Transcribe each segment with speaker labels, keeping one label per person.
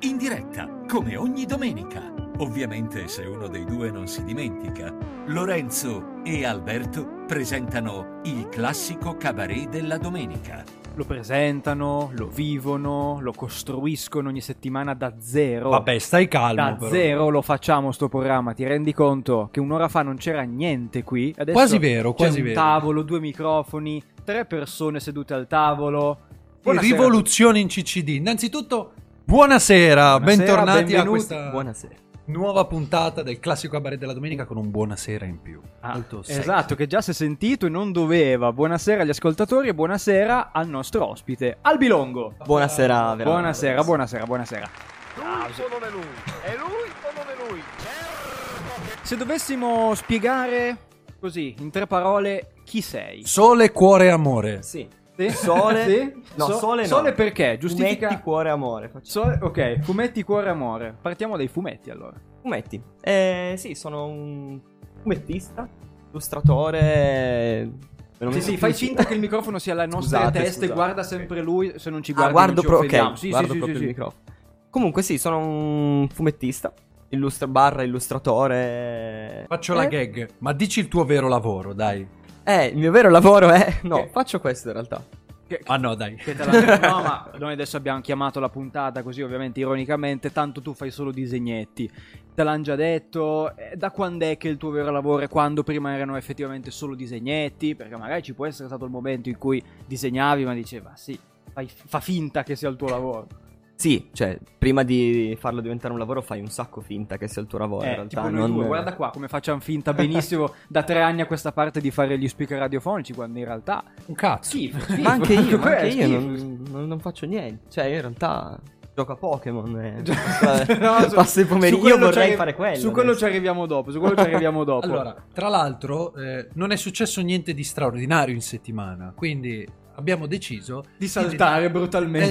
Speaker 1: in diretta, come ogni domenica. Ovviamente se uno dei due non si dimentica, Lorenzo e Alberto presentano il classico cabaret della domenica.
Speaker 2: Lo presentano, lo vivono, lo costruiscono ogni settimana da zero.
Speaker 3: Vabbè, stai calmo.
Speaker 2: da
Speaker 3: però.
Speaker 2: zero lo facciamo sto programma, ti rendi conto che un'ora fa non c'era niente qui? Adesso
Speaker 3: Quasi vero,
Speaker 2: c'è
Speaker 3: quasi
Speaker 2: un
Speaker 3: vero.
Speaker 2: tavolo, due microfoni, tre persone sedute al tavolo. Buonasera.
Speaker 3: Rivoluzione in CCD. Innanzitutto, buonasera,
Speaker 2: Buonasera,
Speaker 3: bentornati a
Speaker 2: benvenuti.
Speaker 3: questa
Speaker 4: Buonasera.
Speaker 3: nuova puntata del classico cabaret della domenica con un buonasera in più.
Speaker 2: Ah,
Speaker 3: Molto sexy.
Speaker 2: esatto, che già si è sentito e non doveva. Buonasera agli ascoltatori e buonasera al nostro ospite, Albilongo.
Speaker 4: Buonasera, veramente.
Speaker 2: Buonasera, buonasera, buonasera.
Speaker 5: Lui o non è lui? È lui o non è lui?
Speaker 2: Se dovessimo spiegare così, in tre parole, chi sei?
Speaker 3: Sole, cuore e amore.
Speaker 4: Sì.
Speaker 2: Sì?
Speaker 4: Sole?
Speaker 2: Sì?
Speaker 4: No,
Speaker 2: So-
Speaker 4: sole no.
Speaker 2: Sole perché? Giustifica...
Speaker 4: Fumetti, cuore, amore. Faccio-
Speaker 2: Sole- ok, fumetti, cuore, amore. Partiamo dai fumetti allora.
Speaker 4: Fumetti. Eh, sì, sono un fumettista, illustratore... non
Speaker 2: Sì,
Speaker 4: mi-
Speaker 2: sì, fai finta
Speaker 4: Ah,
Speaker 2: che il microfono sia alla nostra
Speaker 4: Scusate,
Speaker 2: testa e
Speaker 4: scusate.
Speaker 2: guarda sempre lui. Se non ci
Speaker 4: Ah,
Speaker 2: guardi,
Speaker 4: guardo
Speaker 2: non ci
Speaker 4: proprio,
Speaker 2: offendiamo.
Speaker 4: ok,
Speaker 2: Sì,
Speaker 4: guardo
Speaker 2: sì, sì,
Speaker 4: proprio
Speaker 2: sì,
Speaker 4: il
Speaker 2: sì.
Speaker 4: microfono. Comunque sì, sono un fumettista, illustra- barra illustratore...
Speaker 3: Faccio
Speaker 4: Eh,
Speaker 3: la gag, ma dici il tuo vero lavoro, dai.
Speaker 4: Eh, il mio vero lavoro è... No,
Speaker 2: Ok.
Speaker 4: faccio questo in realtà.
Speaker 2: Che-
Speaker 3: Ah no, dai.
Speaker 2: che te la- No, ma noi adesso abbiamo chiamato la puntata così, ovviamente, ironicamente. Tanto tu fai solo disegnetti. Te l'hanno già detto. eh, Da quando è che il tuo vero lavoro è quando prima erano effettivamente solo disegnetti? Perché magari ci può essere stato il momento in cui disegnavi, ma diceva sì, fai- fa finta che sia il tuo lavoro.
Speaker 4: Sì, cioè, prima di farlo diventare un lavoro fai un sacco finta che sia il tuo lavoro in
Speaker 2: Eh,
Speaker 4: realtà.
Speaker 2: tipo noi
Speaker 4: non-
Speaker 2: due, guarda qua come facciamo finta benissimo da tre anni a questa parte di fare gli speaker radiofonici quando in realtà
Speaker 3: Un cazzo.
Speaker 2: sì, sì,
Speaker 4: Ma anche io,
Speaker 2: quello è
Speaker 4: anche io
Speaker 2: schifo.
Speaker 4: non, non- non faccio niente. Cioè, io in realtà gioco a Pokémon. E...
Speaker 2: Gio- Cioè, No, su-
Speaker 4: Passo i
Speaker 2: su
Speaker 4: pomeriggio. Io
Speaker 2: quello
Speaker 4: vorrei
Speaker 2: ci arri-
Speaker 4: fare quello.
Speaker 2: Su quello
Speaker 4: adesso.
Speaker 2: ci arriviamo dopo, su quello ci arriviamo dopo.
Speaker 3: Allora, tra l'altro, eh, non è successo niente di straordinario in settimana, quindi abbiamo deciso
Speaker 2: di saltare brutalmente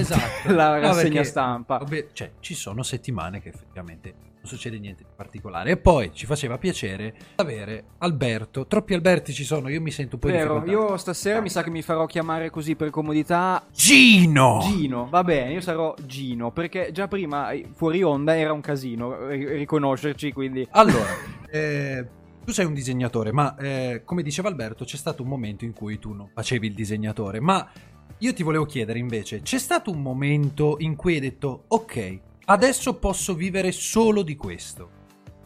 Speaker 3: Esatto.
Speaker 2: la
Speaker 3: No,
Speaker 2: rassegna
Speaker 3: perché-
Speaker 2: stampa.
Speaker 3: Vabbè, cioè, ci sono settimane che effettivamente non succede niente di particolare. E poi ci faceva piacere avere Alberto. Troppi Alberti ci sono, io mi sento un po' in
Speaker 2: Vero,
Speaker 3: difficoltà.
Speaker 2: io stasera mi sa che mi farò chiamare così per comodità
Speaker 3: Gino!
Speaker 4: Oh.
Speaker 2: Gino, va bene, io sarò Gino, perché già prima eh, fuori onda era un casino eh, riconoscerci, quindi
Speaker 3: Allora, eh, tu sei un disegnatore, ma eh, come diceva Alberto, c'è stato un momento in cui tu non facevi il disegnatore. Ma io ti volevo chiedere invece, c'è stato un momento in cui hai detto, ok, adesso posso vivere solo di questo?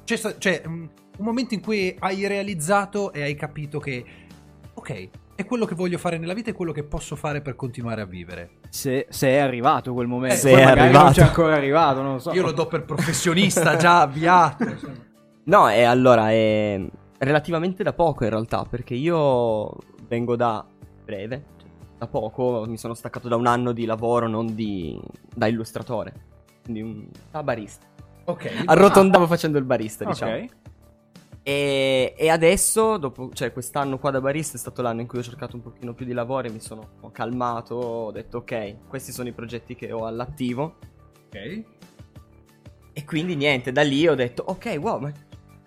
Speaker 3: C'è sta- cioè, mm, un momento in cui hai realizzato e hai capito che, ok, è quello che voglio fare nella vita e quello che posso fare per continuare a vivere.
Speaker 2: se, se è arrivato quel momento,
Speaker 4: Se
Speaker 2: poi
Speaker 4: è
Speaker 2: magari non
Speaker 4: arrivato.
Speaker 2: c'è ancora arrivato, non lo so.
Speaker 3: Io lo do per professionista già avviato. insomma.
Speaker 4: No, e allora è relativamente da poco in realtà. Perché io vengo da breve. cioè, Da poco mi sono staccato da un anno di lavoro, non di. da illustratore. Quindi un. da barista.
Speaker 3: Ok.
Speaker 4: Arrotondavo facendo il barista,
Speaker 2: Ok.
Speaker 4: diciamo. E, e adesso, dopo, cioè quest'anno qua da barista è stato l'anno in cui ho cercato un pochino più di lavoro e mi sono calmato, ho detto ok, questi sono i progetti che ho all'attivo
Speaker 3: ok.
Speaker 4: e quindi niente, da lì ho detto ok wow, ma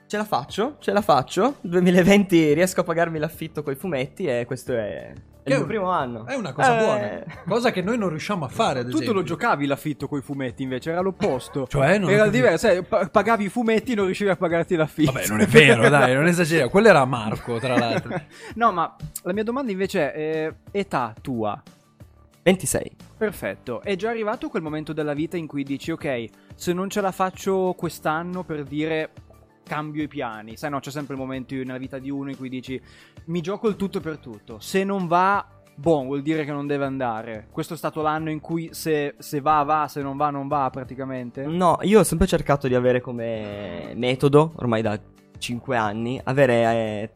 Speaker 4: ce la faccio, ce la faccio, 2020 riesco a pagarmi l'affitto con i fumetti e questo è, è
Speaker 3: Che è
Speaker 4: il mio
Speaker 3: un-
Speaker 4: primo anno.
Speaker 3: È una cosa
Speaker 4: Eh,
Speaker 3: buona, cosa che noi non riusciamo a fare. Ad
Speaker 2: Tu te lo
Speaker 3: esempio.
Speaker 2: giocavi l'affitto con i fumetti invece, era l'opposto.
Speaker 3: Cioè, non ho
Speaker 2: era
Speaker 3: capito.
Speaker 2: diverso, sai, pa- pagavi i fumetti e non riuscivi a pagarti l'affitto.
Speaker 3: Vabbè, non è vero, dai, non esageriamo. Quello era Marco, tra l'altro.
Speaker 2: no, ma la mia domanda invece è eh, età tua.
Speaker 4: 26.
Speaker 2: Perfetto, è già arrivato quel momento della vita in cui dici ok, se non ce la faccio quest'anno per dire cambio i piani, sai no, c'è sempre il momento nella vita di uno in cui dici mi gioco il tutto per tutto, se non va, boh, vuol dire che non deve andare. Questo è stato l'anno in cui se, se va va, se non va non va praticamente.
Speaker 4: No, io ho sempre cercato di avere come metodo, ormai da 5 anni, avere eh,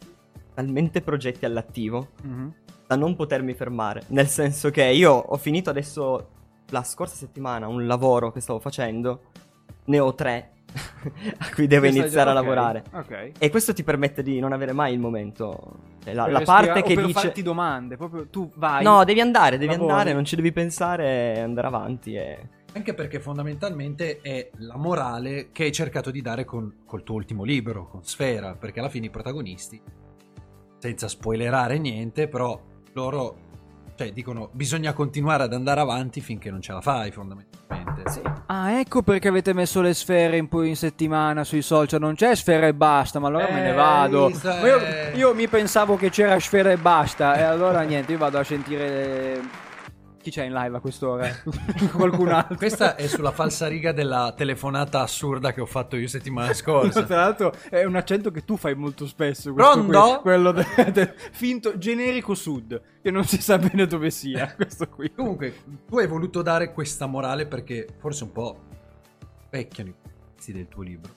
Speaker 4: talmente progetti all'attivo
Speaker 2: Mhm.
Speaker 4: da non potermi fermare. Nel senso che io ho finito adesso la scorsa settimana un lavoro che stavo facendo, ne ho tre a cui devo
Speaker 2: Questa-
Speaker 4: iniziare a
Speaker 2: ok,
Speaker 4: lavorare.
Speaker 2: Ok.
Speaker 4: E questo ti permette di non avere mai il momento. Cioè, la,
Speaker 2: Per
Speaker 4: la
Speaker 2: respirare-
Speaker 4: parte
Speaker 2: o
Speaker 4: che
Speaker 2: per
Speaker 4: dice.
Speaker 2: farti domande, proprio tu vai.
Speaker 4: No, devi andare, devi
Speaker 2: Lavori.
Speaker 4: andare, non ci devi pensare e andare avanti. E...
Speaker 3: Anche perché fondamentalmente è la morale che hai cercato di dare con, col tuo ultimo libro, con Sfera, perché alla fine i protagonisti, senza spoilerare niente, però loro cioè dicono bisogna continuare ad andare avanti finché non ce la fai fondamentalmente.
Speaker 2: Ah, ecco perché avete messo le sfere in poi in settimana sui social. Non c'è sfera e basta, ma allora me ne
Speaker 3: Eh,
Speaker 2: vado.
Speaker 3: visto,
Speaker 2: Ma io,
Speaker 3: eh.
Speaker 2: io mi pensavo che c'era sfera e basta. E allora niente, io vado a sentire. eh, Chi c'è in live a quest'ora? Qualcun altro.
Speaker 3: Questa è sulla falsariga della telefonata assurda che ho fatto io settimana
Speaker 2: Tra
Speaker 3: scorsa.
Speaker 2: l'altro è un accento che tu fai molto spesso. questo qui,
Speaker 3: Pronto?
Speaker 2: quello de- de- finto generico sud, che non si sa bene dove sia. Questo qui.
Speaker 3: Comunque, tu hai voluto dare questa morale perché forse un po' vecchiano i pezzi del tuo libro.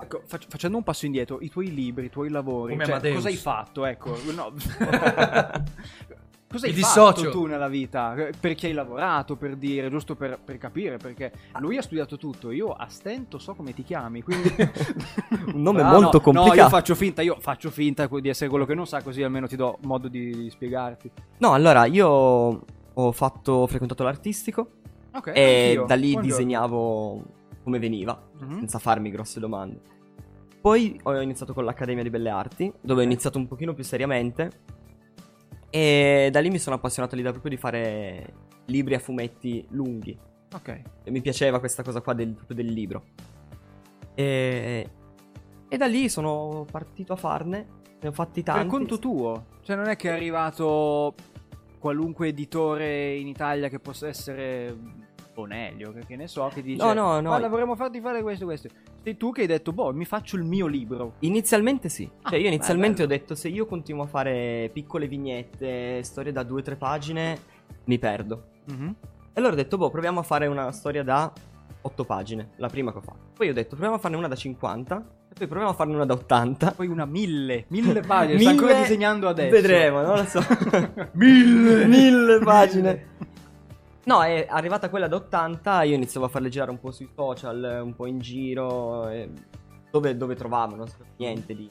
Speaker 2: Ecco, fac- facendo un passo indietro, i tuoi libri, i tuoi lavori,
Speaker 3: Come
Speaker 2: cioè,
Speaker 3: Amadeus.
Speaker 2: cosa hai fatto? Ecco, no. Cosa hai
Speaker 3: Mi
Speaker 2: fatto
Speaker 3: dissocio.
Speaker 2: tu nella vita? Perché hai lavorato, per dire, giusto per, per capire, perché lui ha studiato tutto, io a stento so come ti chiami, quindi...
Speaker 4: Un nome
Speaker 2: Ah,
Speaker 4: molto
Speaker 2: no, No, io
Speaker 4: complicato.
Speaker 2: faccio finta, io faccio finta di essere quello che non sa, così almeno ti do modo di, di spiegarti.
Speaker 4: No, allora io ho fatto, ho frequentato l'artistico
Speaker 2: Ok,
Speaker 4: e
Speaker 2: anch'io.
Speaker 4: Eh, da lì
Speaker 2: Buongiorno.
Speaker 4: disegnavo come veniva,
Speaker 2: Mhm.
Speaker 4: senza farmi grosse domande. Poi ho iniziato con l'Accademia di Belle Arti, dove ho iniziato un pochino più seriamente. E da lì mi sono appassionato all'idea proprio di fare libri a fumetti lunghi.
Speaker 2: Ok.
Speaker 4: E mi piaceva questa cosa qua del, proprio del libro. E, e da lì sono partito a farne, ne ho fatti tanti.
Speaker 2: Per conto tuo, cioè non è che è arrivato qualunque editore in Italia che possa essere Bonelli o che che ne so che dice
Speaker 4: No, no, no.
Speaker 2: guarda vorremmo farti fare questo e questo sei tu che hai detto boh mi faccio il mio libro
Speaker 4: Inizialmente sì.
Speaker 2: Ah,
Speaker 4: cioè, io
Speaker 2: beh,
Speaker 4: inizialmente ho
Speaker 2: bello.
Speaker 4: detto: se io continuo a fare piccole vignette, storie da due o tre pagine, mi perdo. E allora ho detto: boh, proviamo a fare una storia da otto pagine, la prima che ho fatto. Poi ho detto: proviamo a farne una da 50, e poi proviamo a farne una da 80.
Speaker 2: poi una mille mille pagine sta ancora
Speaker 4: Mille-
Speaker 2: disegnando adesso
Speaker 4: Vedremo, non lo so.
Speaker 2: Mille!
Speaker 4: Mille pagine. No, è arrivata quella da 80, io iniziavo a farle girare un po' sui social, eh, un po' in giro, eh, dove, dove trovavo, non so niente di...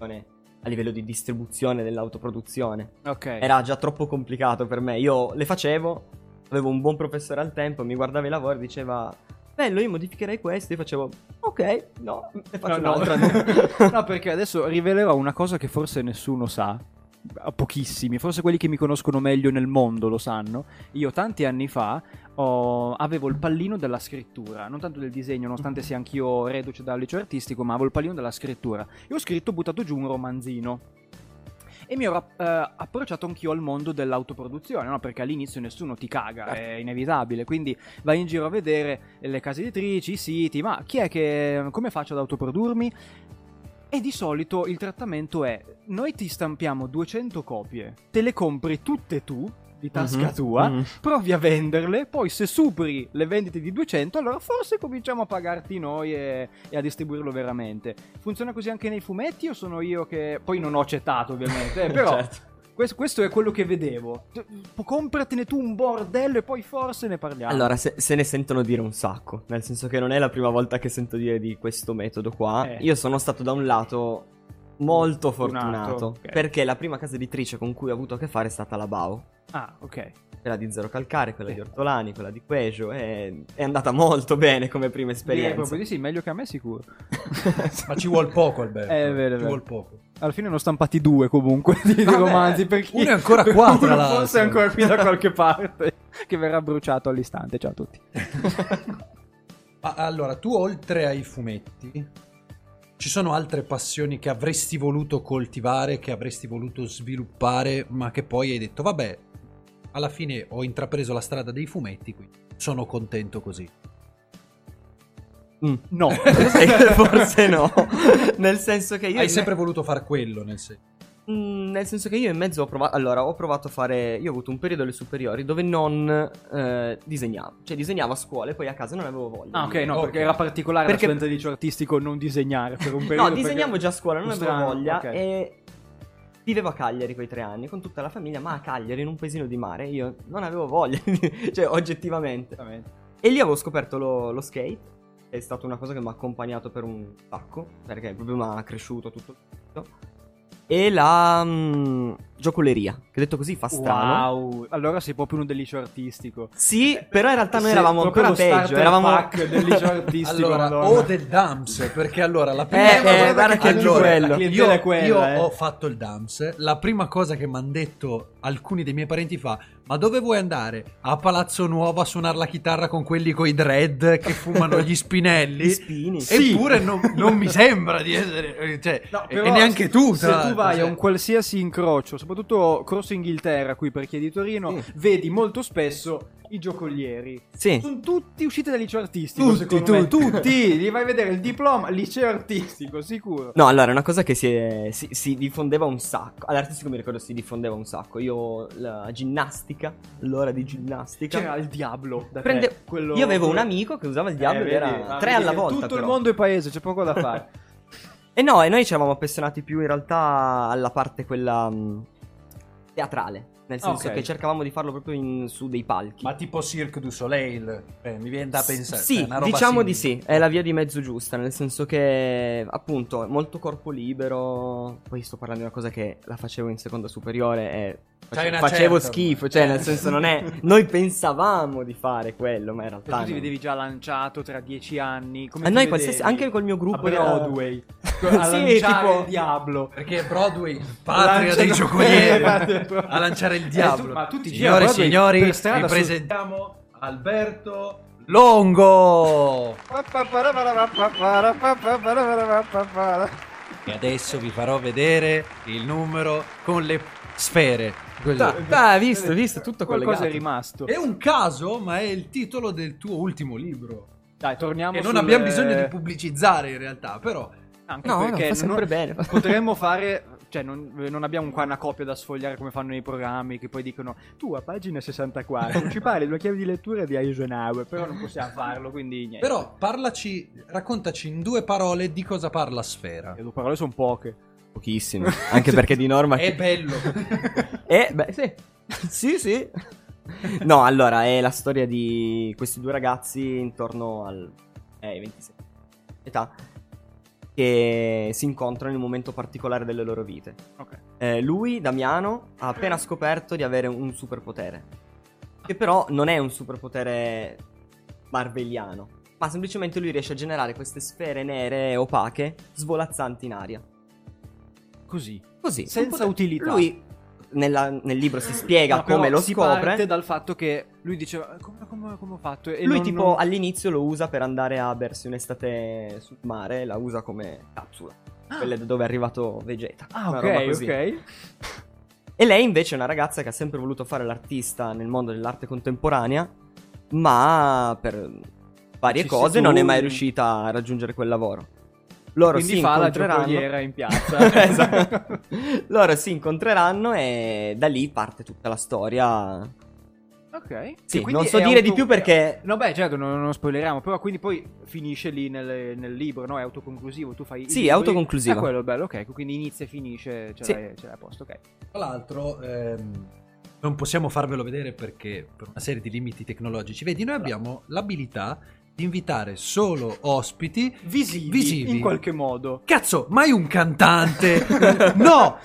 Speaker 4: a livello di distribuzione dell'autoproduzione.
Speaker 2: ok
Speaker 4: Era già troppo complicato per me, io le facevo, avevo un buon professore al tempo, mi guardava i lavori e diceva... Bello, io modificherei questo, io facevo... Ok, no, ne faccio
Speaker 2: No, no.
Speaker 4: un'altra.
Speaker 2: No, perché adesso rivelerò una cosa che forse nessuno sa, a pochissimi, forse quelli che mi conoscono meglio nel mondo lo sanno. Io tanti anni fa ho- avevo il pallino della scrittura, non tanto del disegno, nonostante sia anch'io reduce dal liceo artistico, ma avevo il pallino della scrittura. E ho scritto, ho buttato giù un romanzino. E mi ero eh, approcciato anch'io al mondo dell'autoproduzione, no? perché all'inizio nessuno ti caga, è inevitabile. Quindi vai in giro a vedere le case editrici, i siti, ma chi è che. come faccio ad autoprodurmi? E di solito il trattamento è: noi ti stampiamo 200 copie, te le compri tutte tu, di tasca
Speaker 4: Mhm.
Speaker 2: tua,
Speaker 4: Mhm.
Speaker 2: provi a venderle, poi se superi le vendite di 200, allora forse cominciamo a pagarti noi e, e a distribuirlo veramente. Funziona così anche nei fumetti o sono io che... Poi non ho accettato ovviamente, eh, però...
Speaker 4: Certo.
Speaker 2: Questo, questo è quello che vedevo. T- Compratene tu un bordello e poi forse ne parliamo.
Speaker 4: Allora, se, se ne sentono dire un sacco, nel senso che non è la prima volta che sento dire di questo metodo qua.
Speaker 2: Eh.
Speaker 4: Io sono stato da un lato molto fortunato,
Speaker 2: Fortunato, ok.
Speaker 4: perché la prima casa editrice con cui ho avuto a che fare è stata la Bao,
Speaker 2: Ah, ok.
Speaker 4: quella di Zero Calcare, quella di Ortolani, quella di Quejo, e è andata molto bene come prima
Speaker 2: Direi
Speaker 4: esperienza.
Speaker 2: proprio di sì, meglio che a me sicuro.
Speaker 3: Ma ci vuol poco, Alberto.
Speaker 2: Eh, vero,
Speaker 3: ci
Speaker 2: vero.
Speaker 3: vuol poco.
Speaker 2: Alla fine ne ho stampati due comunque di, di
Speaker 3: Vabbè,
Speaker 2: romanzi perché
Speaker 3: uno è ancora qua,
Speaker 2: uno
Speaker 3: tra l'altro.
Speaker 2: forse è ancora qui da qualche parte che verrà bruciato all'istante. Ciao a tutti.
Speaker 3: Ma allora, tu oltre ai fumetti, ci sono altre passioni che avresti voluto coltivare, che avresti voluto sviluppare, ma che poi hai detto, vabbè, alla fine ho intrapreso la strada dei fumetti, quindi sono contento così.
Speaker 4: Mm.
Speaker 2: No,
Speaker 4: Sì, forse no, nel senso che io...
Speaker 3: Hai sempre voluto far quello, nel senso.
Speaker 4: Mm, nel senso che io in mezzo ho provato. Allora, ho provato a fare. Io ho avuto un periodo alle superiori dove non eh, disegnavo. Cioè, disegnavo a scuola e poi a casa non avevo voglia.
Speaker 2: Ah, ok, no,
Speaker 3: Ok.
Speaker 2: perché era particolare
Speaker 4: Perché-
Speaker 2: la sua di liceo artistico non disegnare per un periodo.
Speaker 4: No, disegnavo già a scuola, non avevo
Speaker 2: Strano,
Speaker 4: voglia.
Speaker 2: ok.
Speaker 4: E vivevo a Cagliari quei tre anni con tutta la famiglia, ma a Cagliari, in un paesino di mare, io non avevo voglia. cioè, oggettivamente.
Speaker 2: perché-
Speaker 4: E lì avevo scoperto lo, lo skate. È stata una cosa che mi ha accompagnato per un sacco. Perché proprio mi ha cresciuto tutto. tutto. e la mm, giocoleria, che detto così fa strano.
Speaker 2: Wow, allora sei proprio uno del liceo artistico.
Speaker 4: Sì, però in realtà noi
Speaker 2: Sì,
Speaker 4: eravamo
Speaker 2: proprio
Speaker 4: ancora
Speaker 2: lo starter
Speaker 4: peggio, eravamo
Speaker 2: pack del liceo artistico.
Speaker 3: Allora,
Speaker 2: madonna.
Speaker 3: o del DAMS, perché allora la prima
Speaker 4: Eh,
Speaker 3: cosa
Speaker 4: eh, guarda che è
Speaker 3: allora,
Speaker 4: quello.
Speaker 2: La
Speaker 3: Io,
Speaker 2: clientela è quella,
Speaker 3: io
Speaker 2: eh.
Speaker 3: ho fatto il DAMS, la prima cosa che mi hanno detto alcuni dei miei parenti fa, ma dove vuoi andare? A Palazzo Nuovo a suonare la chitarra con quelli coi dread che fumano gli
Speaker 4: gli
Speaker 3: spinelli?
Speaker 4: spini.
Speaker 2: Sì.
Speaker 3: Eppure non, non mi sembra di essere... eh, Cioè,
Speaker 2: No,
Speaker 3: e-
Speaker 2: però
Speaker 3: e neanche tu,
Speaker 2: Se
Speaker 3: tra
Speaker 2: tu
Speaker 3: l'altro,
Speaker 2: vai a
Speaker 3: cioè.
Speaker 2: un qualsiasi incrocio, soprattutto Cross Inghilterra, qui per chi è di Torino, vedi molto spesso i giocolieri.
Speaker 4: Sì.
Speaker 2: Sono tutti usciti dal liceo artistico,
Speaker 3: Tutti,
Speaker 2: secondo me.
Speaker 3: tutti.
Speaker 2: Tutti, li vai a vedere il diploma, liceo artistico, sicuro.
Speaker 4: No, allora, una cosa che si, è- si- si diffondeva un sacco. All'artistico mi ricordo si diffondeva un sacco. Io la ginnastica, l'ora di ginnastica.
Speaker 2: C'era il diavolo da te,
Speaker 4: Prende-
Speaker 2: quello-
Speaker 4: Io avevo un amico che usava il diavolo
Speaker 2: Eh,
Speaker 4: ed
Speaker 2: vedi,
Speaker 4: era
Speaker 2: ma
Speaker 4: tre
Speaker 2: vedi
Speaker 4: alla
Speaker 2: che
Speaker 4: volta.
Speaker 2: Tutto il
Speaker 4: però.
Speaker 2: mondo è paese, c'è poco da fare.
Speaker 4: E no, e noi ci eravamo appassionati più in realtà alla parte quella mh, teatrale. Nel
Speaker 2: Ah,
Speaker 4: senso
Speaker 2: ok.
Speaker 4: che cercavamo di farlo proprio in- su dei palchi.
Speaker 3: Ma tipo Cirque du Soleil, eh, mi viene da pensare.
Speaker 4: Sì,
Speaker 3: cioè, una roba
Speaker 4: diciamo
Speaker 3: simile.
Speaker 4: di sì, è la via di mezzo giusta, nel senso che appunto è molto corpo libero, poi sto parlando di una cosa che la facevo in seconda superiore e face-
Speaker 3: C'hai una
Speaker 4: facevo
Speaker 3: certa
Speaker 4: schifo,
Speaker 3: ormai.
Speaker 4: cioè nel senso non è... Noi pensavamo di fare quello, ma in realtà...
Speaker 2: Tu ti
Speaker 4: no.
Speaker 2: vedevi già lanciato tra dieci anni. Come
Speaker 4: A
Speaker 2: ti
Speaker 4: Eh, noi
Speaker 2: vedevi?
Speaker 4: qualsiasi... Anche col mio
Speaker 2: a
Speaker 4: gruppo... era-
Speaker 2: Broadway.
Speaker 4: Sì,
Speaker 2: a lanciare
Speaker 4: tipo-
Speaker 2: il diavlo.
Speaker 3: Perché Broadway, patria
Speaker 2: Lanciano-
Speaker 3: dei
Speaker 2: Eh, patria
Speaker 3: giocolieri,
Speaker 2: proprio.
Speaker 3: a lanciare il
Speaker 2: Eh,
Speaker 3: diavolo.
Speaker 2: tu- ma tutti i giri a
Speaker 3: Signore
Speaker 2: Broadway
Speaker 3: e signori,
Speaker 2: per strada
Speaker 3: vi
Speaker 2: su-
Speaker 3: presentiamo Alberto Longo. E adesso vi farò vedere il numero con le sfere. Così.
Speaker 4: Ta- ta, visto, visto, tutto
Speaker 2: Qualcosa
Speaker 4: collegato.
Speaker 2: è rimasto.
Speaker 3: È un caso, ma è il titolo del tuo ultimo libro.
Speaker 2: Dai, torniamo
Speaker 3: Che non
Speaker 2: sulle-
Speaker 3: abbiamo bisogno
Speaker 2: eh,
Speaker 3: di pubblicizzare in realtà, però.
Speaker 2: Anche
Speaker 4: No, no,
Speaker 2: perché
Speaker 4: fa sempre
Speaker 2: non-
Speaker 4: bene.
Speaker 2: potremmo fare... Cioè, non, non abbiamo qua una copia da sfogliare come fanno i programmi che poi dicono tu a pagina 64 ci parli della chiave di lettura di Eisenhower, però non possiamo farlo, quindi niente.
Speaker 3: Però parlaci, raccontaci in due parole di cosa parla Sfera.
Speaker 2: Le tue parole sono poche.
Speaker 4: Pochissimo, anche perché di norma...
Speaker 3: È bello.
Speaker 4: Eh, beh, sì. sì, sì. No, allora, è la storia di questi due ragazzi intorno al... eh, ai 26 età che si incontrano in un momento particolare delle loro vite.
Speaker 2: Ok.
Speaker 4: Eh, lui, Damiano, ha appena scoperto di avere un superpotere. Che però non è un superpotere marveliano, ma semplicemente lui riesce a generare queste sfere nere e opache svolazzanti in aria.
Speaker 2: Così.
Speaker 4: Così. un
Speaker 2: Senza
Speaker 4: potere-
Speaker 2: utilità. Eh,
Speaker 4: Lui nella- nel libro si spiega
Speaker 2: Ma però
Speaker 4: come lo
Speaker 2: si
Speaker 4: scopre.
Speaker 2: parte dal fatto che lui diceva come, come- come ho fatto e
Speaker 4: E lui
Speaker 2: non-
Speaker 4: tipo
Speaker 2: non-
Speaker 4: all'inizio lo usa per andare a bersi un'estate sul mare, la usa come capsula, quella da dove è arrivato Vegeta.
Speaker 2: Ah,
Speaker 4: una
Speaker 2: ok,
Speaker 4: roba così.
Speaker 2: ok.
Speaker 4: E lei invece è una ragazza che ha sempre voluto fare l'artista nel mondo dell'arte contemporanea, ma per varie cose non è
Speaker 2: Vicissitudini.
Speaker 4: mai riuscita a raggiungere quel lavoro. Loro
Speaker 2: Quindi
Speaker 4: si
Speaker 2: fa la
Speaker 4: incontreranno.
Speaker 2: giocoliera in piazza.
Speaker 4: Esatto. Loro si incontreranno e da lì parte tutta la storia.
Speaker 2: Ok.
Speaker 4: Sì,
Speaker 2: E quindi
Speaker 4: non so
Speaker 2: è
Speaker 4: dire di
Speaker 2: auto-
Speaker 4: più perché
Speaker 2: No, beh, certo, non, non spoileriamo, però quindi poi finisce lì nel, nel libro, no? È autoconclusivo, tu fai... i
Speaker 4: Sì, è
Speaker 2: libri-
Speaker 4: autoconclusivo.
Speaker 2: Ah, quello è bello, ok, quindi inizia e finisce, ce
Speaker 4: Sì.
Speaker 2: l'hai, ce l'hai a posto, ok.
Speaker 3: Tra l'altro, ehm, non possiamo farvelo vedere perché per una serie di limiti tecnologici. Vedi, noi abbiamo l'abilità di invitare solo ospiti.
Speaker 2: Visivi,
Speaker 3: Visivi.
Speaker 2: in qualche modo.
Speaker 3: Cazzo, mai un cantante? no!